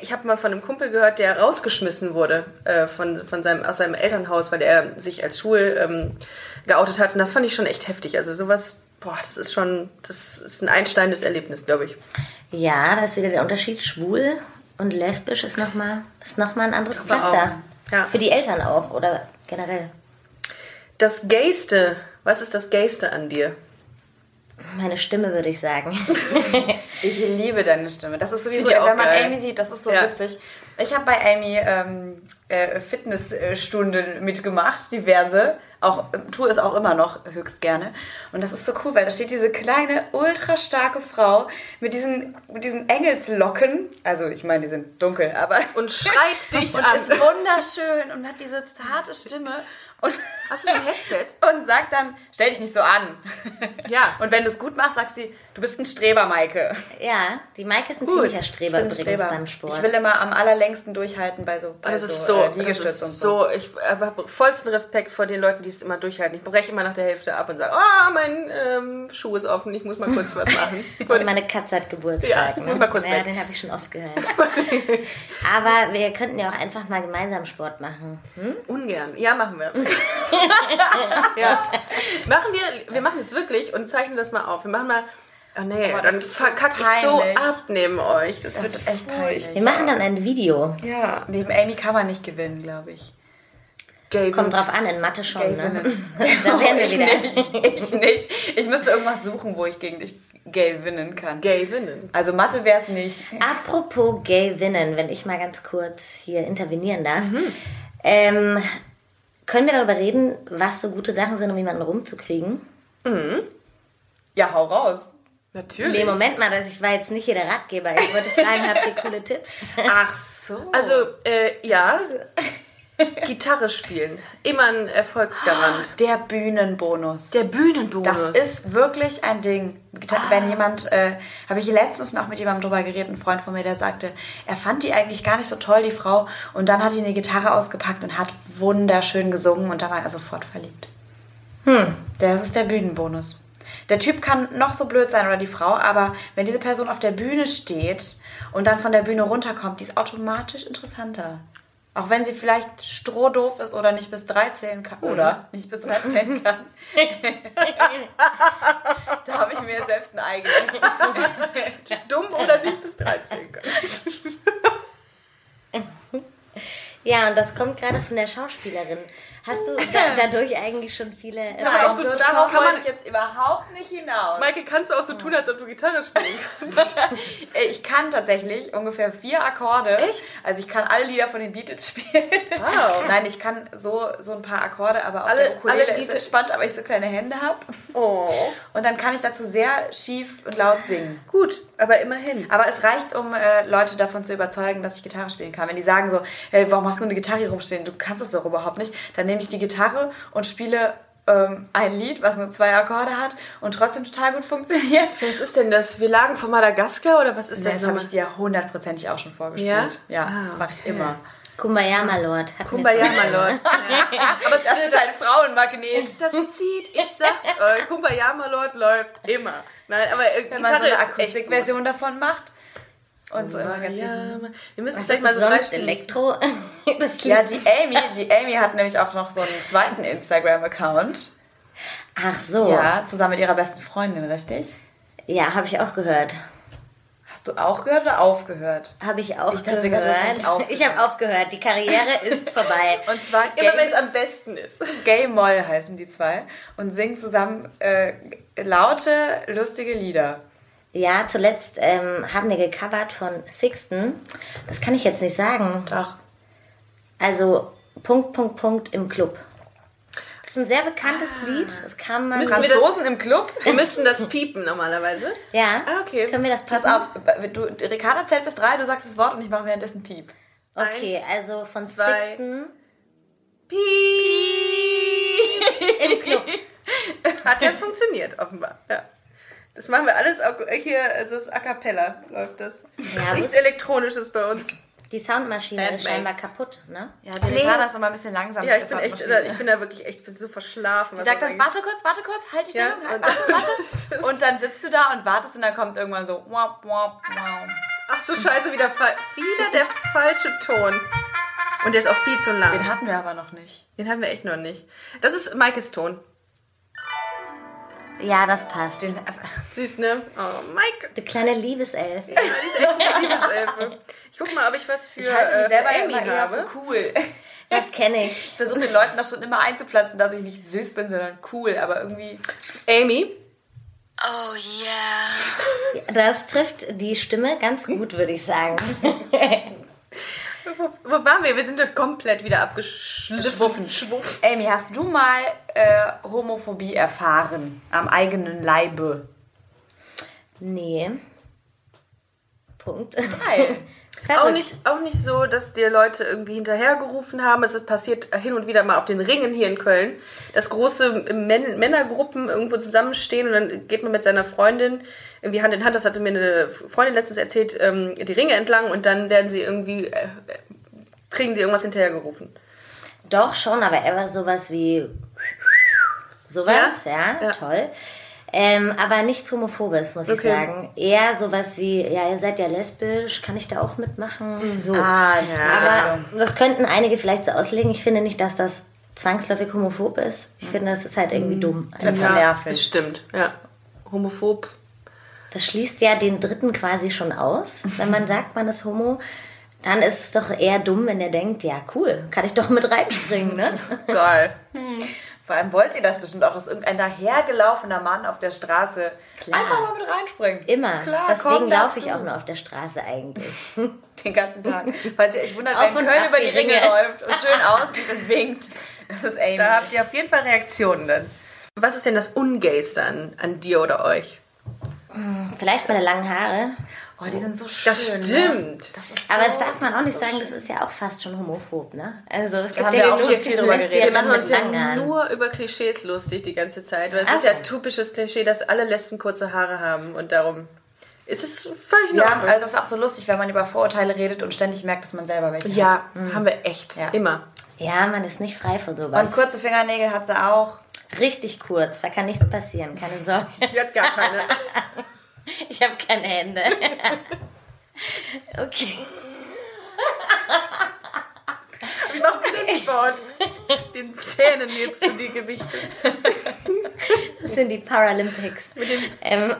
Speaker 2: ich habe mal von einem Kumpel gehört, der rausgeschmissen wurde äh, von, von seinem, aus seinem Elternhaus, weil er sich als schwul ähm, geoutet hat. Und das fand ich schon echt heftig. Also sowas, boah, das ist schon, das ist ein einsteinendes Erlebnis, glaube ich.
Speaker 4: Ja, da ist wieder der Unterschied. Schwul und lesbisch ist nochmal ist noch mal ein anderes
Speaker 2: Aber auch,
Speaker 4: Pflaster.
Speaker 2: ja.
Speaker 4: Für die Eltern auch oder generell.
Speaker 2: Das Gayste, Was ist das Gayste an dir?
Speaker 4: Meine Stimme würde ich sagen.
Speaker 3: Ich liebe deine Stimme. Das ist sowieso,
Speaker 2: Find ich auch
Speaker 3: wenn man
Speaker 2: geil.
Speaker 3: Amy sieht, das ist so
Speaker 2: Ja.
Speaker 3: witzig. Ich habe bei Amy ähm, äh, Fitnessstunden mitgemacht, diverse. Auch äh, tue es auch immer noch höchst gerne. Und das ist so cool, weil da steht diese kleine, ultra starke Frau mit diesen, mit diesen Engelslocken. Also ich meine, die sind dunkel, aber
Speaker 2: Und schreit dich
Speaker 3: und
Speaker 2: an.
Speaker 3: ist wunderschön und hat diese zarte Stimme und,
Speaker 2: Hast du so ein Headset?
Speaker 3: und sagt dann, stell dich nicht so an.
Speaker 2: Ja.
Speaker 3: Und wenn du es gut machst, sagt sie, du bist ein Streber, Maike.
Speaker 4: Ja, die Maike ist ein ziemlicher Streber
Speaker 3: Bin
Speaker 4: übrigens
Speaker 3: Streber.
Speaker 4: beim Sport.
Speaker 3: Ich will immer am allerlängsten durchhalten bei so, bei
Speaker 2: Das
Speaker 3: so,
Speaker 2: ist
Speaker 3: äh,
Speaker 2: so, das
Speaker 3: Liegestütz
Speaker 2: ist
Speaker 3: und so.
Speaker 2: so. Ich habe vollsten Respekt vor den Leuten, die es immer durchhalten. Ich breche immer nach der Hälfte ab und sage, ah, mein ähm, Schuh ist offen, ich muss mal kurz was machen. Kurz.
Speaker 4: Und meine Katze hat Geburtstag.
Speaker 2: Ja,
Speaker 4: ne?
Speaker 2: mal kurz
Speaker 4: ja
Speaker 2: weg.
Speaker 4: den habe ich schon oft gehört. Aber wir könnten ja auch einfach mal gemeinsam Sport machen.
Speaker 2: Ungern. Ja, machen wir. ja. Machen wir, wir machen es wirklich und zeichnen das mal auf. Wir machen mal, oh nee,
Speaker 3: Boah, das
Speaker 2: dann
Speaker 3: ist
Speaker 2: verkacke ich so
Speaker 3: peinlich.
Speaker 2: ab neben euch. Das,
Speaker 3: Das
Speaker 2: wird
Speaker 3: ist echt
Speaker 4: Wir
Speaker 3: peinlich.
Speaker 4: machen dann ein Video.
Speaker 2: ja.
Speaker 3: Neben Amy kann man nicht gewinnen, glaube ich.
Speaker 2: Gay
Speaker 4: Kommt drauf an, in Mathe schon. Ne?
Speaker 3: Gewinnen.
Speaker 4: Da wären wir
Speaker 3: ich
Speaker 4: wieder.
Speaker 3: nicht. Ich nicht. Ich müsste irgendwas suchen, wo ich gegen dich gewinnen kann.
Speaker 2: Gay winnen.
Speaker 3: Also Mathe wäre es nicht.
Speaker 4: Apropos Gay Winnen, wenn ich mal ganz kurz hier intervenieren darf. Ähm, können wir darüber reden, was so gute Sachen sind, um jemanden rumzukriegen?
Speaker 3: Ja, hau raus.
Speaker 2: Natürlich.
Speaker 4: Nee, Moment mal, das- ich war jetzt nicht hier der Ratgeber. Ich wollte fragen, habt ihr coole Tipps?
Speaker 3: Ach so.
Speaker 2: Also, äh, ja, Gitarre spielen. Immer ein Erfolgsgarant.
Speaker 3: der Bühnenbonus.
Speaker 2: Der Bühnenbonus.
Speaker 3: Das ist wirklich ein Ding. Gita- Wenn jemand, äh, habe ich letztens noch mit jemandem drüber geredet, ein Freund von mir, der sagte, er fand die eigentlich gar nicht so toll, die Frau. Und dann hat die eine Gitarre ausgepackt und hat wunderschön gesungen und da war er sofort verliebt. Das ist der Bühnenbonus. Der Typ kann noch so blöd sein oder die Frau, aber wenn diese Person auf der Bühne steht und dann von der Bühne runterkommt, die ist automatisch interessanter. Auch wenn sie vielleicht strohdoof ist oder nicht bis 13 kann. Oder nicht bis 13 kann. Da habe ich mir jetzt selbst ein Ei gelegt.
Speaker 2: dumm oder nicht bis 13.
Speaker 4: Ja, und das kommt gerade von der Schauspielerin. Hast du da, dadurch eigentlich schon viele. äh,
Speaker 2: aber auch so- darauf kann man-
Speaker 3: ich jetzt überhaupt nicht hinaus.
Speaker 2: Maike, kannst du auch so tun, als ob du Gitarre spielen kannst?
Speaker 3: Äh, Ich kann tatsächlich ungefähr vier Akkorde. Echt? Also ich kann alle Lieder von den Beatles spielen.
Speaker 2: Wow.
Speaker 3: Nein, ich kann so, so ein paar Akkorde, aber auch
Speaker 2: Oh, Alle-
Speaker 3: der Ukulele
Speaker 2: alle
Speaker 3: ist
Speaker 2: Lieder-
Speaker 3: entspannt, aber ich so kleine Hände habe.
Speaker 2: Oh.
Speaker 3: Und dann kann ich dazu sehr schief und laut singen.
Speaker 2: Gut, aber immerhin.
Speaker 3: Aber es reicht, um äh, Leute davon zu überzeugen, dass ich Gitarre spielen kann. Wenn die sagen so, hey, warum hast du eine Gitarre hier rumstehen? Du kannst das doch überhaupt nicht. Dann nehme ich die Gitarre und spiele ähm, ein Lied, was nur zwei Akkorde hat und trotzdem total gut funktioniert.
Speaker 2: Was ist denn das? Wir lagen von Madagaskar oder was ist
Speaker 3: Das,
Speaker 2: das?
Speaker 3: habe
Speaker 2: nochmal?
Speaker 3: ich dir hundertprozentig auch schon vorgespielt.
Speaker 2: Ja? Ah,
Speaker 3: ja das mache ich immer.
Speaker 4: Kumbayama Lord. Hat
Speaker 2: Kumbaya,
Speaker 4: Mir
Speaker 2: mein Lord. Aber es
Speaker 3: Das ist halt ein Frauenmagnet.
Speaker 2: das zieht, ich sag's euch. Kumbaya, mein Lord läuft immer. Nein, aber äh,
Speaker 3: Wenn man so
Speaker 2: Gitarre
Speaker 3: eine
Speaker 2: ist echt gut. Oh,
Speaker 3: Akustikversion davon macht. Und so immer ganz viel.
Speaker 2: Ja, wir müssen
Speaker 4: das
Speaker 2: vielleicht mal
Speaker 4: ist
Speaker 2: so drei
Speaker 4: sonst
Speaker 2: Stunden.
Speaker 4: Elektro. Das
Speaker 3: Ja,
Speaker 4: Lied.
Speaker 3: die Amy, die Amy hat nämlich auch noch so einen zweiten Instagram-Account.
Speaker 4: Ach so. Ja,
Speaker 3: Ja, zusammen mit ihrer besten Freundin, richtig?
Speaker 4: habe ich auch gehört.
Speaker 3: Hast du auch gehört oder aufgehört?
Speaker 4: Habe ich auch
Speaker 3: Ich dachte gerade, das
Speaker 4: gehört.
Speaker 3: hätte ich aufgehört.
Speaker 4: ich habe aufgehört. Die Karriere ist vorbei.
Speaker 3: Und zwar
Speaker 2: Immer wenn
Speaker 3: Gay,
Speaker 2: es am besten ist.
Speaker 3: Gay Moll heißen die zwei und singen zusammen äh, laute, lustige Lieder.
Speaker 4: Ja, zuletzt ähm, haben wir gecovert von Sixten. Das kann ich jetzt nicht sagen.
Speaker 3: Doch.
Speaker 4: Also Punkt, Punkt, Punkt im Club. Das ist ein sehr bekanntes Lied. Das kam mal.
Speaker 2: Ah. Müssen wir das-
Speaker 3: Franzosen im Club?
Speaker 2: Wir müssten das piepen normalerweise.
Speaker 4: ja.
Speaker 2: Ah, okay.
Speaker 4: Können wir das
Speaker 3: Pass
Speaker 4: passen?
Speaker 3: auf, du, Ricarda zählt bis drei, du sagst das Wort und ich mache währenddessen Piep.
Speaker 4: Okay,
Speaker 2: Eins,
Speaker 4: also von
Speaker 2: zwei.
Speaker 4: Sixten
Speaker 2: Piep.
Speaker 4: im Club.
Speaker 2: Hat ja funktioniert, offenbar. Ja. Das machen wir alles auch hier, also es ist a cappella, läuft das.
Speaker 4: Ja,
Speaker 2: Nichts
Speaker 4: aber-
Speaker 2: Elektronisches bei uns.
Speaker 4: Die Soundmaschine
Speaker 2: Bad
Speaker 4: ist
Speaker 2: Bang.
Speaker 4: scheinbar kaputt, ne?
Speaker 3: Ja, die Ricarda ist immer ein bisschen langsam.
Speaker 2: Ja,
Speaker 3: mit
Speaker 2: ich bin
Speaker 3: der
Speaker 2: echt,
Speaker 3: Soundmaschine.
Speaker 2: ich bin da wirklich echt ich bin so verschlafen.
Speaker 3: Die
Speaker 2: was
Speaker 3: sagt
Speaker 2: das
Speaker 3: dann,
Speaker 2: angeht.
Speaker 3: warte kurz, warte kurz, halt die
Speaker 2: Ja,
Speaker 3: Stellung, halt,
Speaker 2: und-
Speaker 3: warte,
Speaker 2: Das ist-
Speaker 3: warte. Und dann sitzt du da und wartest und dann kommt irgendwann so, wap, wap, wap.
Speaker 2: Ach so, scheiße, wieder, fa- wieder der falsche Ton. Und der ist auch viel zu lang.
Speaker 3: Den
Speaker 2: Den,
Speaker 3: hatten wir aber noch nicht.
Speaker 2: hatten wir echt noch nicht. Das ist Maikes Ton.
Speaker 4: Ja, das passt.
Speaker 3: Den,
Speaker 2: Süß, ne? Oh, Mike.
Speaker 4: Die kleine Liebeself.
Speaker 2: Die ist echt eine Liebeselfe. Ich guck mal, ob ich was für,
Speaker 3: ich halte mich
Speaker 2: äh,
Speaker 3: selber
Speaker 2: für
Speaker 3: immer
Speaker 2: Amy
Speaker 3: eher
Speaker 2: habe.
Speaker 3: für cool.
Speaker 4: Das kenne ich.
Speaker 3: Ich versuche den Leuten das schon immer einzupflanzen, dass ich nicht süß bin, sondern cool. Aber irgendwie
Speaker 2: Amy,
Speaker 5: Oh yeah.
Speaker 4: Das trifft die Stimme ganz gut, würde ich sagen.
Speaker 2: wo, wo waren wir? Wir sind doch komplett wieder abgeschliffen.
Speaker 3: Schwuffen. Amy, hast du mal äh, Homophobie erfahren am eigenen Leibe?
Speaker 4: Nee. Punkt.
Speaker 3: Geil.
Speaker 2: Auch
Speaker 4: Verrückt.
Speaker 2: nicht, auch nicht so, dass dir Leute irgendwie hinterhergerufen haben. Es ist passiert hin und wieder mal auf den Ringen hier in Köln, dass große Män Männergruppen irgendwo zusammenstehen und dann geht man mit seiner Freundin irgendwie Hand in Hand. Das hatte mir eine Freundin letztens erzählt, ähm, die Ringe entlang und dann werden sie irgendwie, äh, kriegen die irgendwas hinterhergerufen.
Speaker 4: Doch schon, aber er war sowas wie sowas, ja,
Speaker 2: Ja? Ja.
Speaker 4: toll. Ähm, aber nichts Homophobes, muss ich
Speaker 2: Okay.
Speaker 4: sagen. Eher sowas wie, ja, ihr seid ja lesbisch, kann ich da auch mitmachen? So.
Speaker 3: Ah, ja.
Speaker 4: aber das könnten einige vielleicht so auslegen. Ich finde nicht, dass das zwangsläufig homophob ist. Ich finde, das ist halt irgendwie dumm.
Speaker 3: Das war
Speaker 2: das
Speaker 3: nervig.
Speaker 2: stimmt. Ja. Homophob.
Speaker 4: Das schließt ja den Dritten quasi schon aus. Wenn man sagt, man ist homo, dann ist es doch eher dumm, wenn der denkt, ja, cool, kann ich doch mit reinspringen, ne?
Speaker 3: Geil.
Speaker 4: Hm.
Speaker 3: Vor allem wollt ihr das bestimmt auch, dass irgendein dahergelaufener Mann auf der Straße
Speaker 4: Klar.
Speaker 3: einfach mal mit reinspringt.
Speaker 4: Immer.
Speaker 3: Klar,
Speaker 4: Deswegen
Speaker 3: komm
Speaker 4: laufe ich
Speaker 3: dazu.
Speaker 4: auch nur auf der Straße eigentlich.
Speaker 3: Den ganzen Tag. Falls ihr euch wundert,
Speaker 4: Auf
Speaker 3: wenn
Speaker 4: und
Speaker 3: Köln
Speaker 4: ab
Speaker 3: über
Speaker 4: die
Speaker 3: die Ringe
Speaker 4: Ringe.
Speaker 3: läuft und schön aussieht und winkt. Das ist Amy.
Speaker 2: Da habt ihr auf jeden Fall Reaktionen dann. Was ist denn das Ungayste an, an dir oder euch?
Speaker 4: Vielleicht meine langen Haare.
Speaker 3: oh, die sind so schön.
Speaker 2: Das
Speaker 3: Ne?
Speaker 2: stimmt.
Speaker 3: Das ist so,
Speaker 4: Aber das darf man auch nicht
Speaker 3: so
Speaker 4: sagen,
Speaker 3: schön.
Speaker 4: das ist ja auch fast schon homophob, ne? Also es gibt
Speaker 3: haben
Speaker 4: ja
Speaker 3: wir auch
Speaker 4: genug
Speaker 3: schon viel drüber geredet.
Speaker 2: Wir
Speaker 4: Lesben
Speaker 2: machen uns
Speaker 4: mit
Speaker 2: ja
Speaker 4: langen Haaren.
Speaker 2: nur über Klischees lustig die ganze Zeit. Weil es
Speaker 4: Ach
Speaker 2: ist ja
Speaker 4: so.
Speaker 2: typisches Klischee, dass alle Lesben kurze Haare haben und darum ist es völlig in
Speaker 3: Ja,
Speaker 2: Ordnung.
Speaker 3: also das ist auch so lustig, wenn man über Vorurteile redet und ständig merkt, dass man selber welche hat.
Speaker 2: Mhm. ja haben wir echt.
Speaker 3: Ja.
Speaker 2: Immer.
Speaker 4: Ja, man ist nicht frei von
Speaker 3: Und
Speaker 4: sowas.
Speaker 3: kurze Fingernägel hat sie auch.
Speaker 4: Richtig kurz, da kann nichts passieren, keine Sorge.
Speaker 2: Die hat gar keine.
Speaker 4: Ich habe keine Hände. Okay.
Speaker 2: Wie machst du den Sport? Den Zähnen hebst du die Gewichte.
Speaker 4: Das sind die Paralympics. Ähm,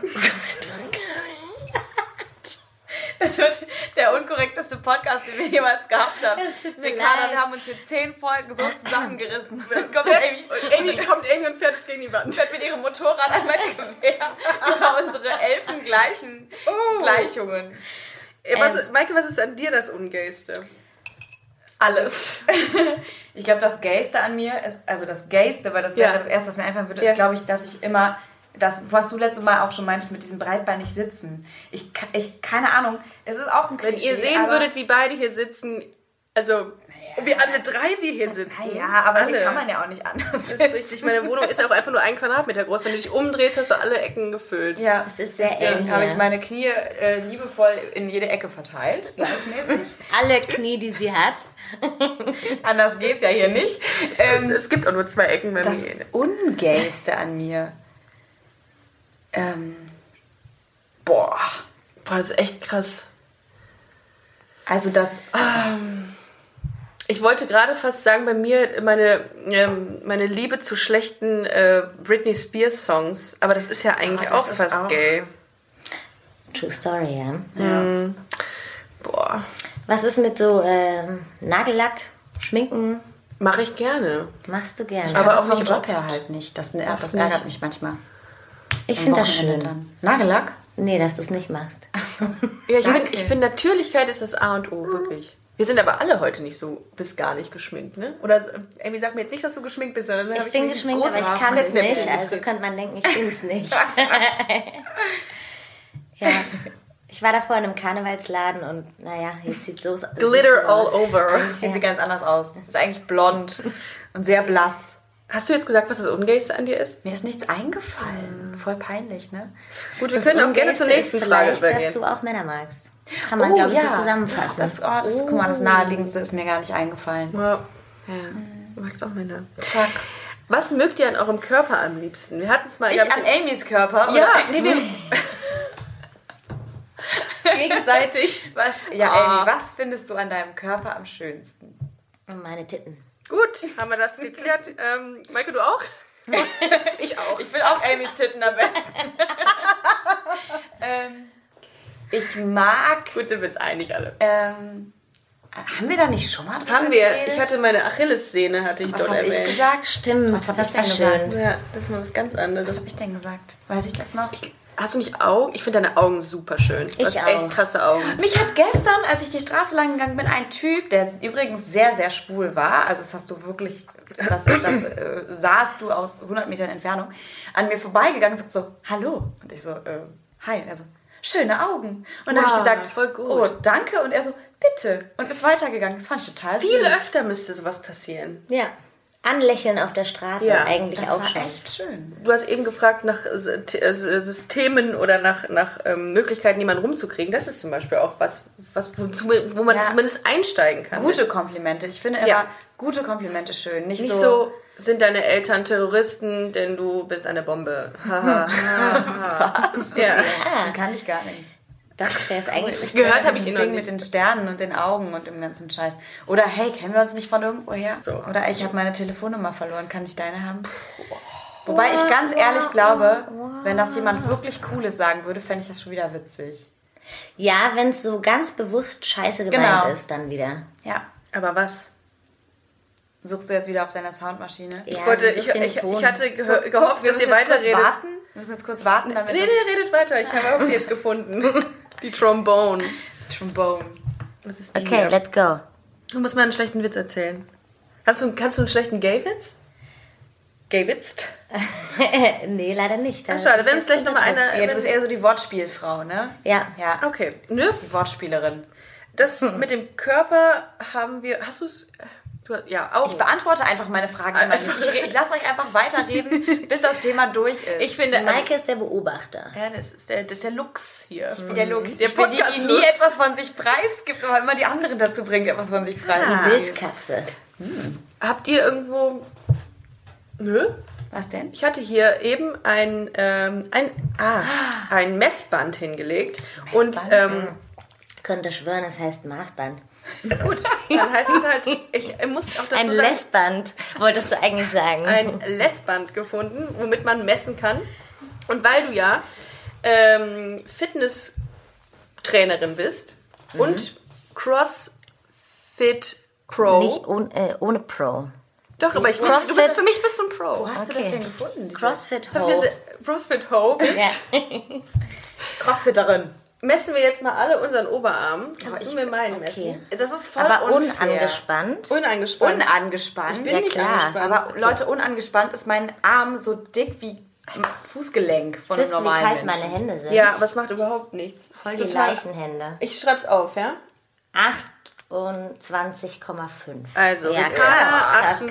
Speaker 3: Das wird der unkorrekteste Podcast, den wir jemals gehabt haben.
Speaker 4: Es tut mir
Speaker 3: wir kadern,
Speaker 4: leid.
Speaker 3: haben uns hier zehn Folgen so zusammengerissen. Und dann kommt Amy
Speaker 2: Und Amy, kommt Amy und fährt es gegen die Wand.
Speaker 3: fährt mit ihrem Motorrad einmal quer über unsere elfengleichen Gleichungen.
Speaker 2: Äh, Was, Maike, was ist an dir das Ungayste? Alles.
Speaker 3: Ich glaube, das Gayste an mir ist, also das Gayste, weil das wäre
Speaker 2: Ja.
Speaker 3: das Erste, was mir einfallen würde,
Speaker 2: Ja.
Speaker 3: ist, glaube ich, dass ich immer, das, was du letztes Mal auch schon meintest, mit diesem breitbeinig sitzen. Ich, ka- ich keine Ahnung, es ist auch ein
Speaker 2: Wenn
Speaker 3: Klischee.
Speaker 2: ihr sehen
Speaker 3: aber-
Speaker 2: würdet, wie beide hier sitzen, also wir alle drei, die hier sitzen.
Speaker 3: Ah ja, aber
Speaker 2: alle.
Speaker 3: hier kann man ja auch nicht anders.
Speaker 2: Das ist richtig. Meine Wohnung ist ja auch einfach nur ein Quadratmeter groß. Wenn du dich umdrehst, hast du alle Ecken gefüllt.
Speaker 3: Ja,
Speaker 4: es ist sehr eng
Speaker 3: Deswegen
Speaker 4: hier.
Speaker 3: habe ich meine Knie äh, liebevoll in jede Ecke verteilt, gleichmäßig.
Speaker 4: Alle Knie, die sie hat.
Speaker 3: Anders geht's ja hier nicht. Ähm,
Speaker 2: Es gibt auch nur zwei Ecken bei
Speaker 3: das
Speaker 2: mir.
Speaker 3: Ungayste an mir. Ähm, boah.
Speaker 2: Boah, das ist echt krass.
Speaker 3: Also das.
Speaker 2: Ich wollte gerade fast sagen, bei mir meine, ähm, meine Liebe zu schlechten äh, Britney Spears Songs, aber das ist ja eigentlich
Speaker 3: Ah, das
Speaker 2: auch
Speaker 3: ist
Speaker 2: fast
Speaker 3: auch-
Speaker 2: gay.
Speaker 4: True Story, ja.
Speaker 2: Boah,
Speaker 4: Was ist mit so ähm, Nagellack, Schminken?
Speaker 2: mache ich gerne.
Speaker 4: Machst du gerne.
Speaker 2: Aber
Speaker 3: das
Speaker 2: auch
Speaker 3: vom
Speaker 2: nicht
Speaker 3: Job
Speaker 2: oft.
Speaker 3: her halt nicht. Das, nervt- das
Speaker 2: nicht.
Speaker 3: ärgert mich manchmal.
Speaker 4: ich finde das
Speaker 3: Wochenende
Speaker 4: schön.
Speaker 3: dann. Nagellack?
Speaker 4: Nee, dass du es nicht machst.
Speaker 2: Ja, ich
Speaker 3: Danke.
Speaker 2: finde, ich find, Natürlichkeit ist das A und
Speaker 4: Mhm.
Speaker 2: O, wirklich. Wir sind aber alle heute nicht so bis gar nicht geschminkt, ne? Oder äh, Amy, sag mir jetzt nicht, dass du geschminkt bist, sondern dann hab
Speaker 4: Ich bin
Speaker 2: mir
Speaker 4: geschminkt, aber
Speaker 2: große
Speaker 4: ich kann es
Speaker 2: Fressnäpfchen
Speaker 4: nicht. Also
Speaker 2: gedreht.
Speaker 4: könnte man denken, ich bin es nicht. ja. Ich war da vorhin im Karnevalsladen und naja, jetzt sieht so aus. sieht
Speaker 2: Glitter
Speaker 4: so
Speaker 2: all
Speaker 4: aus.
Speaker 2: over.
Speaker 3: Sieht sie ganz anders aus. Sie Ist eigentlich blond und sehr blass.
Speaker 2: Hast du jetzt gesagt, was das Ungayste an dir ist?
Speaker 3: Mir ist nichts eingefallen. Voll peinlich, ne?
Speaker 2: Gut, wir können auch gerne zur nächsten Frage Oh
Speaker 4: Vielleicht, dass
Speaker 2: übergehen.
Speaker 4: du auch Männer magst. Kann man, glaube ich, so zusammenfassen.
Speaker 3: Oh, Das, das, oh, das, Guck mal, das Naheliegendste ist mir gar nicht eingefallen.
Speaker 2: Ja. ja. Du magst auch Männer.
Speaker 3: Zack.
Speaker 2: Was mögt ihr an eurem Körper am liebsten? Wir hatten es mal.
Speaker 3: Ich an Amy's Körper?
Speaker 2: ja,
Speaker 3: Oder?
Speaker 2: nee, wir gegenseitig.
Speaker 3: Was, ja,
Speaker 2: Ah.
Speaker 3: Amy, was findest du an deinem Körper am schönsten?
Speaker 4: Und meine Titten.
Speaker 2: Gut, haben wir das geklärt. Ähm, Maike, du auch? Ich auch.
Speaker 3: Ich will auch Amy's Titten am besten. ähm, ich mag.
Speaker 2: Gut sind wir uns einig alle.
Speaker 3: Ähm, haben wir da nicht schon mal drüber
Speaker 2: Haben wir.
Speaker 3: geredet?
Speaker 2: Ich hatte meine Achillessehne, hatte ich
Speaker 3: Was
Speaker 2: dort
Speaker 3: habe ich
Speaker 2: erwähnt.
Speaker 3: gesagt?
Speaker 4: Stimmt,
Speaker 3: Was hab
Speaker 4: das
Speaker 3: ich
Speaker 4: war
Speaker 3: denn
Speaker 4: schön.
Speaker 2: ja, das ist mal was ganz
Speaker 3: Was
Speaker 2: anderes.
Speaker 3: habe ich denn gesagt? Weiß ich das noch?
Speaker 2: Hast du nicht Augen? Ich finde deine Augen super schön. Du
Speaker 4: Ich
Speaker 2: hast
Speaker 4: auch.
Speaker 2: echt krasse Augen.
Speaker 3: Mich hat gestern, als ich die Straße lang gegangen bin, ein Typ, der übrigens sehr, sehr schwul war, also das hast du wirklich, das, das äh, sahst du aus 100 Metern Entfernung, an mir vorbeigegangen und sagt so, hallo. Und ich so, äh, hi. Und er so, schöne Augen. Und dann habe
Speaker 2: Wow,
Speaker 3: ich gesagt,
Speaker 2: voll gut.
Speaker 3: oh, danke. Und er so, bitte. Und ist weitergegangen. Das fand ich total
Speaker 2: Viel
Speaker 3: süß.
Speaker 2: öfter müsste sowas passieren.
Speaker 4: Ja. Anlächeln auf der Straße
Speaker 2: Ja,
Speaker 4: eigentlich
Speaker 3: Das
Speaker 4: auch
Speaker 3: war
Speaker 4: schon.
Speaker 3: echt schön.
Speaker 2: Du hast eben gefragt nach äh, äh, Systemen oder nach, nach ähm, Möglichkeiten, jemanden rumzukriegen. Das ist zum Beispiel auch was, was wo, wo man
Speaker 3: Ja.
Speaker 2: zumindest einsteigen kann.
Speaker 3: Gute Komplimente. Ich finde immer
Speaker 2: Ja.
Speaker 3: gute Komplimente schön. Nicht,
Speaker 2: Nicht so, sind deine Eltern Terroristen, denn du bist eine Bombe. Haha. ja.
Speaker 3: kann ich gar nicht.
Speaker 4: Doch, der ist eigentlich richtig.
Speaker 2: Gehört habe ich
Speaker 3: Dieses
Speaker 2: ihn
Speaker 3: Ding
Speaker 2: noch
Speaker 3: mit
Speaker 2: nicht.
Speaker 3: den Sternen und den Augen und dem ganzen Scheiß. Oder hey, kennen wir uns nicht von irgendwoher?
Speaker 2: So.
Speaker 3: Oder ich habe meine Telefonnummer verloren, kann ich deine haben? Wobei ich ganz ehrlich glaube, wenn das jemand wirklich Cooles sagen würde, fände ich das schon wieder witzig.
Speaker 4: Ja, wenn es so ganz bewusst scheiße gemeint
Speaker 3: Genau.
Speaker 4: ist, dann wieder.
Speaker 3: Ja.
Speaker 2: Aber was?
Speaker 3: Suchst du jetzt wieder auf deiner Soundmaschine?
Speaker 4: Ja,
Speaker 2: Ich, wollte,
Speaker 4: sie
Speaker 2: ich,
Speaker 4: sucht den
Speaker 2: ich,
Speaker 4: Ton.
Speaker 2: ich hatte geho gehofft, dass ihr weiterredet.
Speaker 3: Warten? Wir müssen jetzt kurz warten, damit
Speaker 2: Nee, nee, redet weiter. Ich habe auch sie jetzt gefunden. Die Trombone.
Speaker 3: das Trombone.
Speaker 2: Das ist die
Speaker 4: Okay,
Speaker 2: hier.
Speaker 4: let's go.
Speaker 2: Du musst mal einen schlechten Witz erzählen. Kannst du, kannst du einen schlechten Gay-Witz? Gay-Witz?
Speaker 4: nee, leider nicht.
Speaker 3: Äh,
Speaker 2: Ach, schade, Äh, wenn es gleich nochmal einer...
Speaker 3: Ja, du bist eher so die Wortspielfrau, ne?
Speaker 4: Ja.
Speaker 3: Ja.
Speaker 2: okay, nö.
Speaker 3: Die Wortspielerin.
Speaker 2: Das mit dem Körper haben wir... Hast du's? äh, du es... Ja, auch.
Speaker 3: Ich beantworte einfach meine Fragen. immer nicht. Ich, re- ich lasse euch einfach weiterreden, bis das Thema durch ist.
Speaker 2: Ich finde...
Speaker 4: Maike ist der Beobachter.
Speaker 2: ja, das ist der, das ist der Lux hier. Ich bin
Speaker 3: Der Lux.
Speaker 2: Der
Speaker 3: Mhm. ich bin die, die nie
Speaker 2: Podcast-Lux.
Speaker 3: etwas von sich preisgibt, aber immer die anderen dazu bringt, etwas von sich preisgibt.
Speaker 4: Wildkatze.
Speaker 2: Habt ihr irgendwo... Nö?
Speaker 3: Was denn?
Speaker 2: Ich hatte hier eben ein, ähm, ein, ah, ein Messband hingelegt. Und ähm,
Speaker 4: Ich könnte schwören, es heißt Maßband.
Speaker 2: gut, dann heißt es halt, ich muss auch dazu
Speaker 4: Ein
Speaker 2: sagen,
Speaker 4: Lesband, wolltest du eigentlich sagen.
Speaker 2: ein Lesband gefunden, womit man messen kann. Und weil du ja ähm, Fitness-Trainerin bist
Speaker 4: Mhm.
Speaker 2: und CrossFit Pro.
Speaker 4: Nicht ohne, äh, ohne Pro.
Speaker 2: Doch, aber ich
Speaker 4: CrossFit-
Speaker 2: du bist, für mich bist du ein Pro.
Speaker 3: Hast
Speaker 4: Okay.
Speaker 3: du das denn gefunden? diese
Speaker 4: CrossFit
Speaker 2: Wenn du
Speaker 4: Ho.
Speaker 2: diese CrossFit Ho bist,
Speaker 4: Ja.
Speaker 3: Crossfitterin.
Speaker 2: messen wir jetzt mal alle unseren Oberarm. Kannst
Speaker 4: ich-
Speaker 2: du mir meinen
Speaker 4: Okay.
Speaker 2: messen?
Speaker 3: Das ist voll
Speaker 4: Aber
Speaker 3: unfair.
Speaker 4: unangespannt.
Speaker 2: Unangespannt.
Speaker 3: Unangespannt.
Speaker 2: bin nicht
Speaker 4: klar,
Speaker 2: angespannt.
Speaker 3: aber Leute, unangespannt ist mein Arm so dick wie ein Fußgelenk von einem
Speaker 4: Wisst du, wie
Speaker 3: normalen
Speaker 4: kalt meine
Speaker 3: Menschen.
Speaker 4: Hände sind?
Speaker 2: ja, aber es macht überhaupt nichts. Es
Speaker 4: Voll
Speaker 2: ist
Speaker 4: die
Speaker 2: total-
Speaker 4: Leichenhände.
Speaker 2: Ich schreib's auf, ja?
Speaker 4: 28,5.
Speaker 2: Also,
Speaker 4: ja,
Speaker 2: Ricarda,
Speaker 4: krass, krass, krass,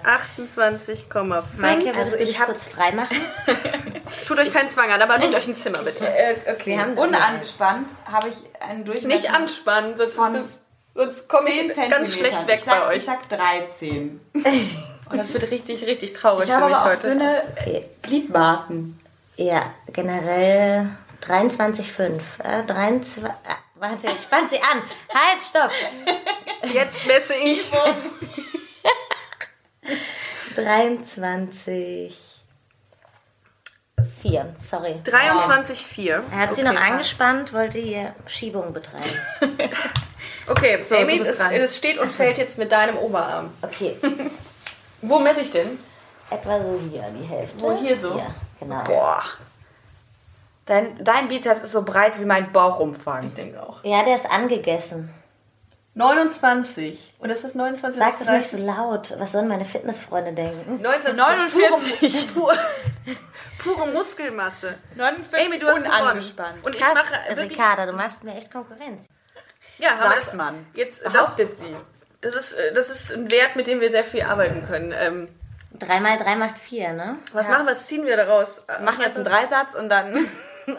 Speaker 4: krass.
Speaker 2: 28, 28,5.
Speaker 4: Maike, würdest
Speaker 3: Also
Speaker 4: du
Speaker 3: ich
Speaker 4: dich
Speaker 3: hab-
Speaker 4: kurz frei machen?
Speaker 2: Tut euch keinen Zwang an, aber nehmt euch ein Zimmer bitte.
Speaker 3: Äh, okay,
Speaker 4: Wir haben-
Speaker 3: unangespannt habe ich einen Durchmesser
Speaker 2: Nicht anspannen, sonst,
Speaker 3: Von
Speaker 2: ist es- sonst komme ich
Speaker 3: 10
Speaker 2: ganz
Speaker 3: Zentimetern.
Speaker 2: schlecht weg
Speaker 3: ich sag,
Speaker 2: bei euch.
Speaker 3: Ich sag 13.
Speaker 2: Und das wird richtig, richtig traurig
Speaker 3: Ich habe
Speaker 2: für mich
Speaker 3: aber auch
Speaker 2: heute.
Speaker 3: dünne
Speaker 4: Okay.
Speaker 3: Gliedmaßen.
Speaker 4: Ja, generell 23,5. Äh, 23, äh, warte, ich spann sie an. Halt, stopp.
Speaker 2: Jetzt messe ich.
Speaker 4: 23. 4, sorry.
Speaker 2: 23,4.
Speaker 4: Er hat sie noch angespannt, wollte hier Schiebung betreiben.
Speaker 2: Okay,
Speaker 3: So,
Speaker 2: Amy,
Speaker 3: du bist
Speaker 2: es,
Speaker 3: dran.
Speaker 2: es steht und fällt jetzt mit deinem Oberarm.
Speaker 4: Okay,
Speaker 2: Wo messe ich denn?
Speaker 4: etwa so hier, die Hälfte.
Speaker 2: Wo, Oh, hier so?
Speaker 4: Ja, genau.
Speaker 2: Boah,
Speaker 3: Dein, dein Bizeps ist so breit wie mein Bauchumfang.
Speaker 2: ich denke auch.
Speaker 4: Ja, der ist angegessen.
Speaker 2: 29. Oder ist das 29?
Speaker 4: Sag das nicht so laut. Was sollen meine Fitnessfreunde denken?
Speaker 2: 1949. Pure, pure Muskelmasse.
Speaker 3: 49
Speaker 2: Amy, du hast gewonnen. Und ich
Speaker 4: Krass,
Speaker 2: mache wirklich...
Speaker 4: Also, Ricarda, du machst mir echt Konkurrenz.
Speaker 2: Ja, aber das,
Speaker 3: Sagt man.
Speaker 2: Jetzt, das,
Speaker 3: Behauptet sie.
Speaker 2: das, ist, äh, das ist ein Wert, mit dem wir sehr viel arbeiten können. Ähm,
Speaker 4: Dreimal drei macht vier, ne?
Speaker 2: was machen wir? Was ziehen wir daraus? Äh,
Speaker 3: Machen jetzt einen Dreisatz und dann.
Speaker 4: Und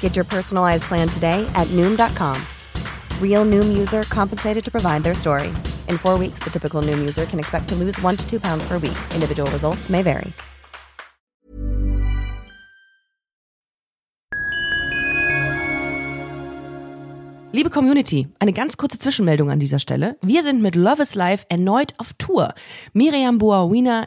Speaker 6: Get your personalized plan today at Noom.com. Real Noom user compensated to provide their story. In four weeks, the typical Noom user can expect to lose one to two pounds per week. Individual results may vary.
Speaker 7: Liebe Community, eine ganz kurze Zwischenmeldung an dieser Stelle. Wir sind mit Love is Life erneut auf Tour. Miriam Boawina,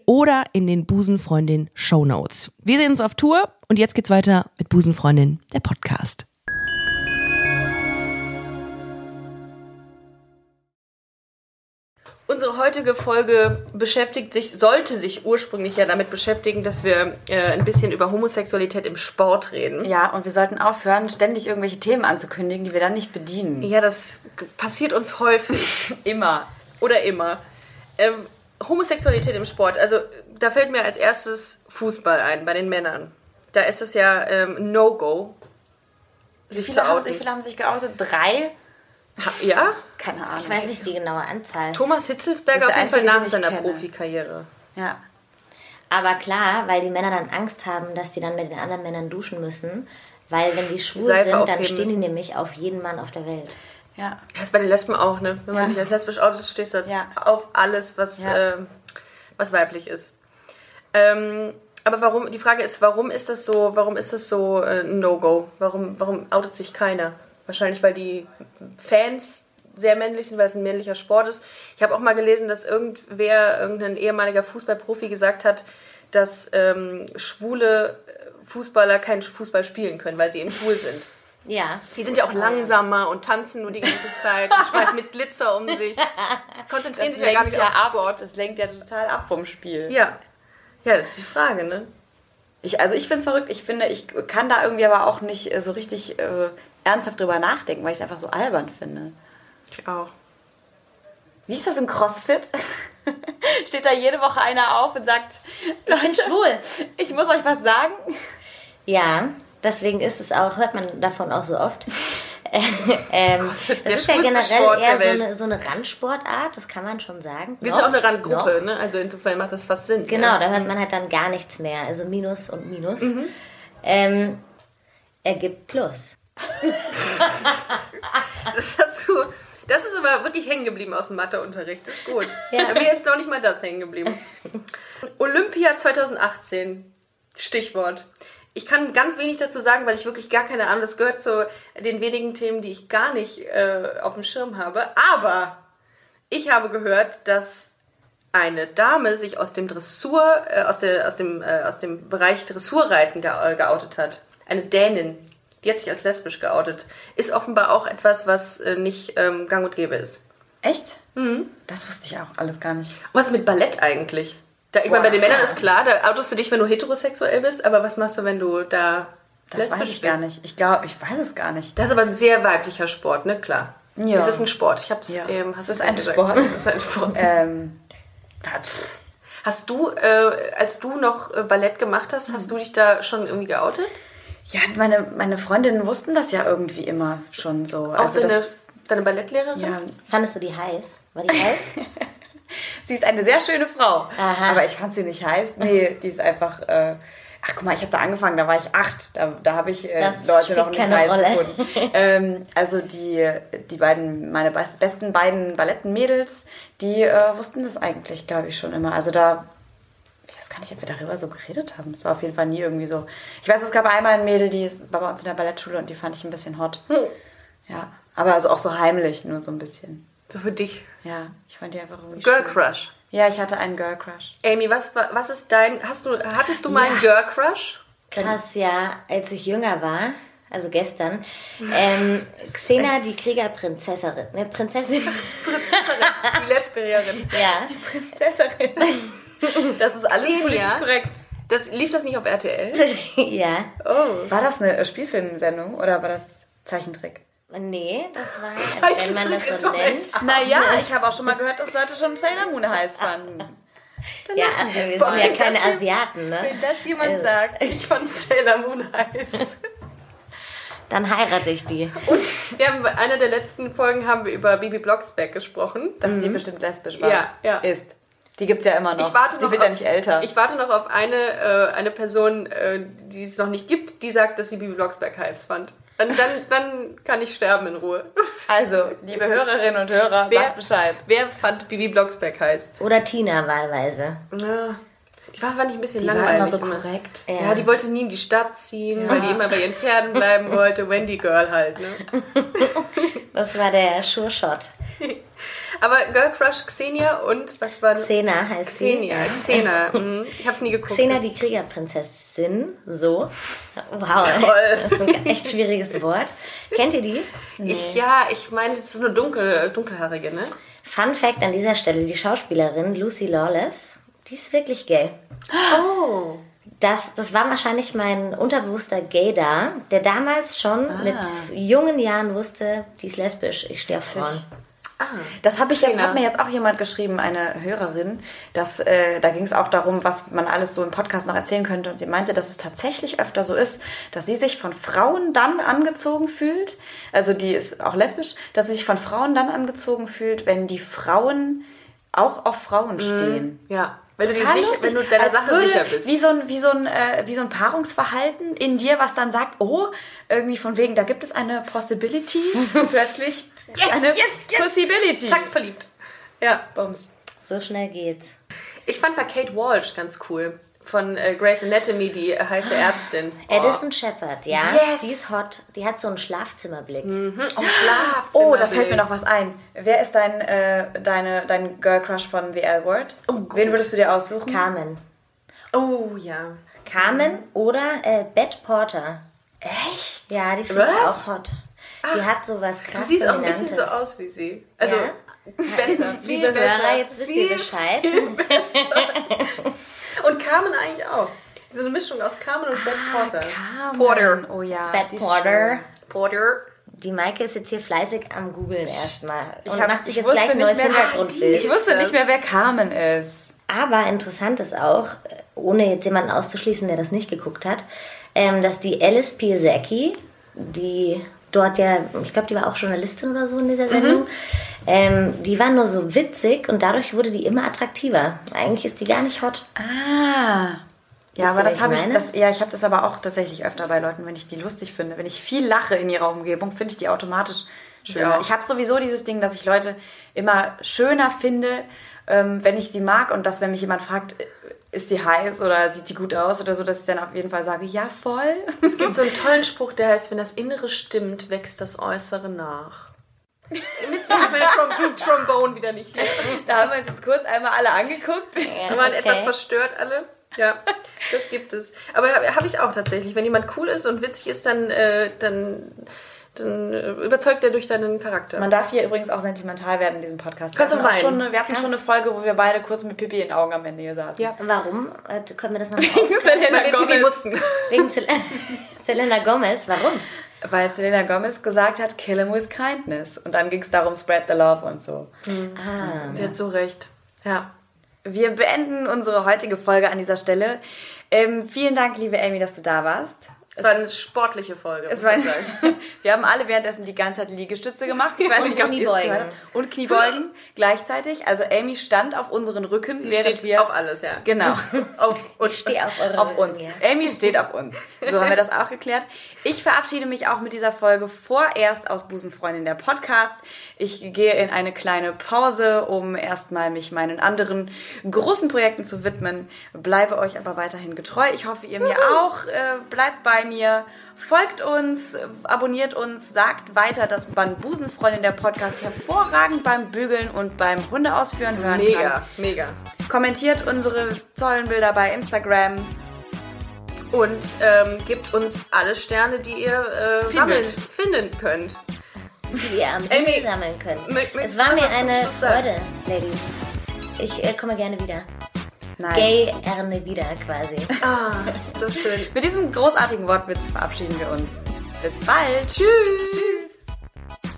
Speaker 7: oder in den Busenfreundin Shownotes. Wir sehen uns auf Tour und jetzt geht's weiter mit Busenfreundin, der Podcast.
Speaker 2: Unsere heutige Folge beschäftigt sich, sollte sich ursprünglich ja damit beschäftigen, dass wir äh, ein bisschen über Homosexualität im Sport reden.
Speaker 3: Ja, und wir sollten aufhören, ständig irgendwelche Themen anzukündigen, die wir dann nicht bedienen.
Speaker 2: Ja, das g- passiert uns häufig.
Speaker 3: Immer.
Speaker 2: Oder immer. Ähm, Homosexualität im Sport. Also, da fällt mir als erstes Fußball ein, bei den Männern. Da ist es ja ähm, No-Go.
Speaker 3: Wie
Speaker 2: Sich
Speaker 3: viele,
Speaker 2: zu
Speaker 3: haben, wie
Speaker 2: outen.
Speaker 3: viele haben sich geoutet? Drei?
Speaker 2: Ha- Ja?
Speaker 3: Keine Ahnung.
Speaker 4: Ich weiß nicht die genaue Anzahl.
Speaker 2: Thomas Hitzelsberger
Speaker 3: Das
Speaker 2: auf
Speaker 3: ist der
Speaker 2: jeden Fall
Speaker 3: einzige, den
Speaker 2: nach seiner
Speaker 3: ich kenne.
Speaker 2: Profikarriere.
Speaker 3: Ja.
Speaker 4: Aber klar, weil die Männer dann Angst haben, dass die dann mit den anderen Männern duschen müssen. Weil wenn die schwul
Speaker 2: Seife
Speaker 4: sind, dann
Speaker 2: aufheben
Speaker 4: stehen die
Speaker 2: müssen.
Speaker 4: nämlich auf jeden Mann auf der Welt.
Speaker 3: Ja.
Speaker 2: Das ist bei den Lesben auch, ne? Wenn man
Speaker 3: Ja.
Speaker 2: sich als lesbisch outet, stehst du als
Speaker 3: Ja.
Speaker 2: auf alles, was,
Speaker 3: Ja.
Speaker 2: ähm, was weiblich ist. Ähm, aber warum, die Frage ist, warum ist das so, warum ist das so äh, ein No-Go? Warum, warum outet sich keiner? Wahrscheinlich, weil die Fans sehr männlich sind, weil es ein männlicher Sport ist. Ich habe auch mal gelesen, dass irgendwer, irgendein ehemaliger Fußballprofi gesagt hat, dass ähm, schwule Fußballer keinen Fußball spielen können, weil sie eben schwul sind.
Speaker 4: Ja.
Speaker 2: Die sind ja auch langsamer und tanzen nur die ganze Zeit und schmeißen mit Glitzer um sich. Konzentrieren sich ja gar nicht auf Sport.
Speaker 3: Das lenkt ja total ab vom Spiel.
Speaker 2: Ja. Ja, das ist die Frage, ne?
Speaker 3: Ich, also ich finde es verrückt. Ich finde, ich kann da irgendwie aber auch nicht äh, so richtig äh, ernsthaft drüber nachdenken, weil ich es einfach so albern finde.
Speaker 2: Ich auch.
Speaker 3: Wie ist das im CrossFit? Steht da jede Woche einer auf und sagt, ich bin schwul. Ich muss euch was sagen.
Speaker 4: Ja, deswegen ist es auch, hört man davon auch so oft. ähm,
Speaker 2: der
Speaker 4: das ist ja
Speaker 2: schwulste
Speaker 4: generell
Speaker 2: Sport der
Speaker 4: eher so
Speaker 2: Welt.
Speaker 4: eine, so eine Randsportart, das kann man schon sagen.
Speaker 2: Wir
Speaker 4: Noch,
Speaker 2: sind auch eine Randgruppe,
Speaker 4: noch.
Speaker 2: ne? Also insofern macht das fast Sinn.
Speaker 4: Genau,
Speaker 2: ja.
Speaker 4: da hört man halt dann gar nichts mehr. Also Minus und Minus ähm, ergibt Plus.
Speaker 2: das hast du. Das ist aber wirklich hängen geblieben aus dem Matheunterricht. Ist gut.
Speaker 4: Ja.
Speaker 2: Bei Mir ist noch nicht mal das hängen geblieben. Olympia 2018. Stichwort. Ich kann ganz wenig dazu sagen, weil ich wirklich gar keine Ahnung. Das gehört zu den wenigen Themen, die ich gar nicht äh, auf dem Schirm habe. Aber ich habe gehört, dass eine Dame sich aus dem Dressur, äh, aus, der, aus, dem, äh, aus dem Bereich Dressurreiten ge äh, geoutet hat. Eine Dänin. Die hat sich als lesbisch geoutet. Ist offenbar auch etwas, was äh, nicht ähm, gang und gäbe ist.
Speaker 3: Echt? Mhm. Das wusste ich auch alles gar nicht.
Speaker 2: Was ist mit Ballett eigentlich? Da, ich meine, bei den Männern ist klar, da outest du dich, wenn du heterosexuell bist, aber was machst du, wenn du da
Speaker 3: Das weiß ich gar
Speaker 2: bist?
Speaker 3: nicht. Ich glaube, ich weiß es gar nicht.
Speaker 2: Das ist aber ein sehr weiblicher Sport, ne? Klar.
Speaker 3: Ja.
Speaker 2: Es ist ein Sport. Ich hab's
Speaker 3: Ja.
Speaker 2: eben. Hast
Speaker 3: Es ist
Speaker 2: du
Speaker 3: ein
Speaker 2: gesagt.
Speaker 3: Sport.
Speaker 2: Es ist ein Sport.
Speaker 3: Ähm, da- pff.
Speaker 2: Hast du, äh, als du noch äh, Ballett gemacht
Speaker 3: Hm.
Speaker 2: hast, hast du dich da schon irgendwie geoutet?
Speaker 3: ja, meine, meine Freundinnen wussten das ja irgendwie immer schon so.
Speaker 2: Auch
Speaker 3: Also
Speaker 2: deine,
Speaker 3: das,
Speaker 2: deine Ballettlehrerin?
Speaker 3: ja,
Speaker 4: Fandest du die heiß? War die heiß?
Speaker 3: Sie ist eine sehr schöne Frau.
Speaker 4: Aha.
Speaker 3: Aber ich fand sie nicht heiß. Nee, die ist einfach. Äh, ach, guck mal, ich habe da angefangen, da war ich acht. Da, da habe ich äh,
Speaker 4: Das
Speaker 3: Leute
Speaker 4: spielt
Speaker 3: noch nicht
Speaker 4: keine
Speaker 3: heiß
Speaker 4: Rolle.
Speaker 3: gefunden. ähm, also die, die beiden, meine bes- besten beiden Ballettenmädels, die äh, wussten das eigentlich, glaube ich, schon immer. Also da. Ich weiß gar nicht, ob wir darüber so geredet haben. Es war auf jeden Fall nie irgendwie so. Ich weiß, es gab einmal ein Mädel, die ist- war bei uns in der Ballettschule und die fand ich ein bisschen hot.
Speaker 4: Hm.
Speaker 3: Ja. Aber also auch so heimlich, nur so ein bisschen.
Speaker 2: So für dich.
Speaker 3: Ja, ich fand die einfach irgendwie
Speaker 2: Girl
Speaker 3: schön.
Speaker 2: Crush.
Speaker 3: Ja, ich hatte einen Girl Crush.
Speaker 2: Amy, was, wa- was ist dein. Hast du, hattest du mal einen Girl Crush?
Speaker 4: Krass, ja, als ich jünger war, also gestern, ähm, Xena, die Kriegerprinzessin, ne, Prinzessin,
Speaker 2: Die Lesbierin.
Speaker 4: ja,
Speaker 3: Prinzessin.
Speaker 2: Das ist alles
Speaker 4: Celia.
Speaker 2: politisch korrekt. Das, lief das nicht auf RTL?
Speaker 4: ja.
Speaker 2: Oh.
Speaker 3: War das eine äh, Spielfilmsendung oder war das Zeichentrick?
Speaker 4: Nee, das war, also wenn man das so nennt.
Speaker 3: Naja, ich habe auch schon mal gehört, dass Leute schon Sailor Moon heiß fanden.
Speaker 4: Ja, also wir
Speaker 2: Vor
Speaker 4: sind ja
Speaker 2: allem,
Speaker 4: keine
Speaker 2: dass ihr-
Speaker 4: Asiaten, ne?
Speaker 2: Wenn das
Speaker 3: Äh.
Speaker 2: jemand sagt, ich fand Sailor Moon heiß.
Speaker 4: Dann heirate ich die.
Speaker 2: Und wir haben bei einer der letzten Folgen haben wir über Bibi Blocksberg gesprochen.
Speaker 3: Dass die bestimmt lesbisch war.
Speaker 2: Ja, ja.
Speaker 3: Ist. Die gibt's ja immer noch.
Speaker 2: Ich warte
Speaker 3: die
Speaker 2: noch
Speaker 3: wird
Speaker 2: auf,
Speaker 3: ja nicht älter.
Speaker 2: Ich warte noch auf eine, äh, eine Person, äh, die es noch nicht gibt, die sagt, dass sie Bibi Blocksberg heiß fand. Dann, dann, dann kann ich sterben in Ruhe.
Speaker 3: also, liebe Hörerinnen und Hörer,
Speaker 2: Wer-
Speaker 3: sagt Bescheid.
Speaker 2: Wer fand Bibi Blocksberg heiß?
Speaker 4: Oder Tina wahlweise.
Speaker 2: Ja. Die war, fand ich ein bisschen
Speaker 3: Die war
Speaker 2: langweilig.
Speaker 3: immer so korrekt.
Speaker 2: Ja. die wollte nie in die Stadt ziehen, weil die immer bei ihren Pferden bleiben wollte. Wendy Girl halt, ne?
Speaker 4: Das war der Sure Shot.
Speaker 2: Aber Girl Crush Xenia und was war
Speaker 4: Xena heißt
Speaker 2: Xenia,
Speaker 4: sie.
Speaker 2: Xena. Mhm. Ich hab's nie geguckt.
Speaker 4: Xena, die Kriegerprinzessin. So. Wow.
Speaker 2: Toll.
Speaker 4: Das ist ein echt schwieriges Wort. Kennt ihr die?
Speaker 2: Ich, ja, ich meine, das ist eine dunkel, dunkelhaarige, ne?
Speaker 4: Fun Fact an dieser Stelle: Die Schauspielerin Lucy Lawless, die ist wirklich gay.
Speaker 2: Oh.
Speaker 4: Das, das war wahrscheinlich mein unterbewusster Gay da, der damals schon
Speaker 2: Ah.
Speaker 4: mit jungen Jahren wusste, die ist lesbisch, ich stehe auf Frauen.
Speaker 3: Das habe ich jetzt,
Speaker 2: Tina.
Speaker 3: hat mir jetzt auch jemand geschrieben, eine Hörerin, dass äh, da ging es auch darum, was man alles so im Podcast noch erzählen könnte. Und sie meinte, dass es tatsächlich öfter so ist, dass sie sich von Frauen dann angezogen fühlt, also die ist auch lesbisch, dass sie sich von Frauen dann angezogen fühlt, wenn die Frauen auch auf Frauen stehen.
Speaker 2: Ja. Wenn du, dir
Speaker 3: Total
Speaker 2: sich,
Speaker 3: lustig,
Speaker 2: wenn du deiner
Speaker 3: als
Speaker 2: Sache
Speaker 3: würde
Speaker 2: sicher bist.
Speaker 3: Wie so, ein, wie, so ein, äh, wie so ein Paarungsverhalten in dir, was dann sagt, oh, irgendwie von wegen, da gibt es eine Possibility. Und plötzlich yes, eine
Speaker 2: yes, yes.
Speaker 3: Possibility.
Speaker 2: Zack, verliebt. Ja.
Speaker 3: Bums.
Speaker 4: So schnell geht's.
Speaker 2: Ich fand bei Kate Walsh ganz cool. Von äh, Grey's Anatomy, die äh, heiße Ärztin.
Speaker 4: Addison Shepard, ja,
Speaker 3: Yes.
Speaker 4: die ist hot, die hat so einen Schlafzimmerblick.
Speaker 2: Oh, Schlaf.
Speaker 3: Oh, da fällt mir noch was ein. Wer ist dein, äh, deine, dein Girl Crush von The L Word? Wen würdest du dir aussuchen?
Speaker 4: Carmen.
Speaker 2: Oh, ja.
Speaker 4: Carmen oder äh, Bette Porter.
Speaker 2: Echt?
Speaker 4: Ja, die finde ich
Speaker 2: Was?
Speaker 4: auch hot. Die hat sowas
Speaker 2: Du
Speaker 4: krass
Speaker 2: siehst auch ein bisschen
Speaker 4: Dominantes.
Speaker 2: so aus wie sie. Also,
Speaker 4: Ja?
Speaker 2: besser. Viel
Speaker 4: Liebe
Speaker 2: besser.
Speaker 4: Hörer, jetzt wisst ihr
Speaker 2: Viel-
Speaker 4: Bescheid.
Speaker 2: Und Carmen eigentlich auch. So eine Mischung aus Carmen und Bette Porter.
Speaker 3: Ah, Carmen.
Speaker 2: Porter.
Speaker 3: Oh ja. die
Speaker 4: Bette
Speaker 3: ist
Speaker 4: Porter.
Speaker 3: schön.
Speaker 2: Porter.
Speaker 4: Die Maike ist jetzt hier fleißig am googeln erstmal und
Speaker 3: hab-
Speaker 4: macht sich
Speaker 3: ich
Speaker 4: jetzt gleich
Speaker 3: wusste
Speaker 4: ein neues
Speaker 3: nicht mehr- ah,
Speaker 4: Hintergrundbild.
Speaker 3: Ich wusste nicht mehr, wer Carmen ist.
Speaker 4: Aber interessant ist auch, ohne jetzt jemanden auszuschließen, der das nicht geguckt hat, ähm, dass die Alice Piasecki, die dort ja, ich glaube, die war auch Journalistin oder so in dieser
Speaker 3: Mhm.
Speaker 4: Sendung, ähm, die war nur so witzig und dadurch wurde die immer attraktiver. Eigentlich ist die gar nicht hot.
Speaker 3: Ah. Ja, aber
Speaker 4: ihr, was
Speaker 3: das
Speaker 4: ich
Speaker 3: habe ich,
Speaker 4: meine?
Speaker 3: das, ja, ich habe das aber auch tatsächlich öfter bei Leuten, wenn ich die lustig finde. Wenn ich viel lache in ihrer Umgebung, finde ich die automatisch schöner.
Speaker 2: Ja.
Speaker 3: Ich habe sowieso dieses Ding, dass ich Leute immer schöner finde, ähm, wenn ich sie mag und dass, wenn mich jemand fragt, äh, ist die heiß oder sieht die gut aus oder so, dass ich dann auf jeden Fall sage, ja, voll.
Speaker 2: Es gibt so einen tollen Spruch, der heißt, wenn das Innere stimmt, wächst das Äußere nach. Mist, ich habe meine Trom Trombone wieder nicht hier.
Speaker 3: Da haben wir uns jetzt kurz einmal alle angeguckt.
Speaker 2: Wir waren etwas verstört alle. Ja, das gibt es. Aber habe ich auch tatsächlich. Wenn jemand cool ist und witzig ist, dann, äh, dann, dann äh, überzeugt er durch seinen Charakter.
Speaker 3: Man darf hier übrigens auch sentimental werden in diesem Podcast.
Speaker 2: Kannst du
Speaker 3: wir hatten, auch
Speaker 2: weinen.
Speaker 3: schon eine, wir hatten schon eine Folge, wo wir beide kurz mit Pipi in den Augen am Ende hier saßen.
Speaker 2: Ja.
Speaker 4: Warum? Äh, können wir das noch
Speaker 3: Selena
Speaker 2: Weil wir die
Speaker 3: Gomez.
Speaker 2: mussten.
Speaker 4: Wegen Sel Selena Gomez, warum?
Speaker 3: Weil Selena Gomez gesagt hat, kill him with kindness. Und dann ging es darum, spread the love und so.
Speaker 2: Sie hat so recht. Ja.
Speaker 3: Wir beenden unsere heutige Folge an dieser Stelle. Ähm, vielen Dank, liebe Amy, dass du da warst.
Speaker 2: Es war eine sportliche Folge.
Speaker 3: Es war,
Speaker 2: muss ich sagen.
Speaker 3: wir haben alle währenddessen die ganze Zeit Liegestütze gemacht. Ich weiß nicht, ob ihr es
Speaker 4: Kniebeugen.
Speaker 3: gehört habt. Und Kniebeugen gleichzeitig. Also Amy stand auf unseren Rücken,
Speaker 2: Sie
Speaker 3: während
Speaker 2: steht
Speaker 3: wir...
Speaker 2: auf alles, ja.
Speaker 3: Genau.
Speaker 2: Auf und
Speaker 4: Steh auf eure
Speaker 3: auf uns.
Speaker 4: Rücken, ja.
Speaker 3: Amy steht auf uns. So haben wir das auch geklärt. Ich verabschiede mich auch mit dieser Folge vorerst aus Busenfreundin der Podcast. Ich gehe in eine kleine Pause, um erstmal mich meinen anderen großen Projekten zu widmen. Bleibe euch aber weiterhin getreu. Ich hoffe, ihr mir auch. Äh, bleibt bei mir. Folgt uns, äh, abonniert uns, sagt weiter, dass man Busenfreundin der Podcast hervorragend beim Bügeln und beim Hundeausführen hören kann.
Speaker 2: Mega, mega.
Speaker 3: Kommentiert unsere tollen Bilder bei Instagram.
Speaker 2: Und ähm, gebt uns alle Sterne, die ihr äh, sammeln,
Speaker 3: Findet.
Speaker 2: finden könnt.
Speaker 4: die ihr am
Speaker 2: Amy,
Speaker 4: Himmel sammeln könnt.
Speaker 2: mö- möchtest
Speaker 4: Es
Speaker 2: du
Speaker 4: war
Speaker 2: noch
Speaker 4: mir
Speaker 2: was zum
Speaker 4: eine
Speaker 2: Schluss sagen?
Speaker 4: Freude, Ladies. Ich äh, komme gerne wieder.
Speaker 3: Nice.
Speaker 4: Gay Erne wieder quasi.
Speaker 2: So schön.
Speaker 3: Mit diesem großartigen Wortwitz verabschieden wir uns. Bis bald. Tschüss. Tschüss.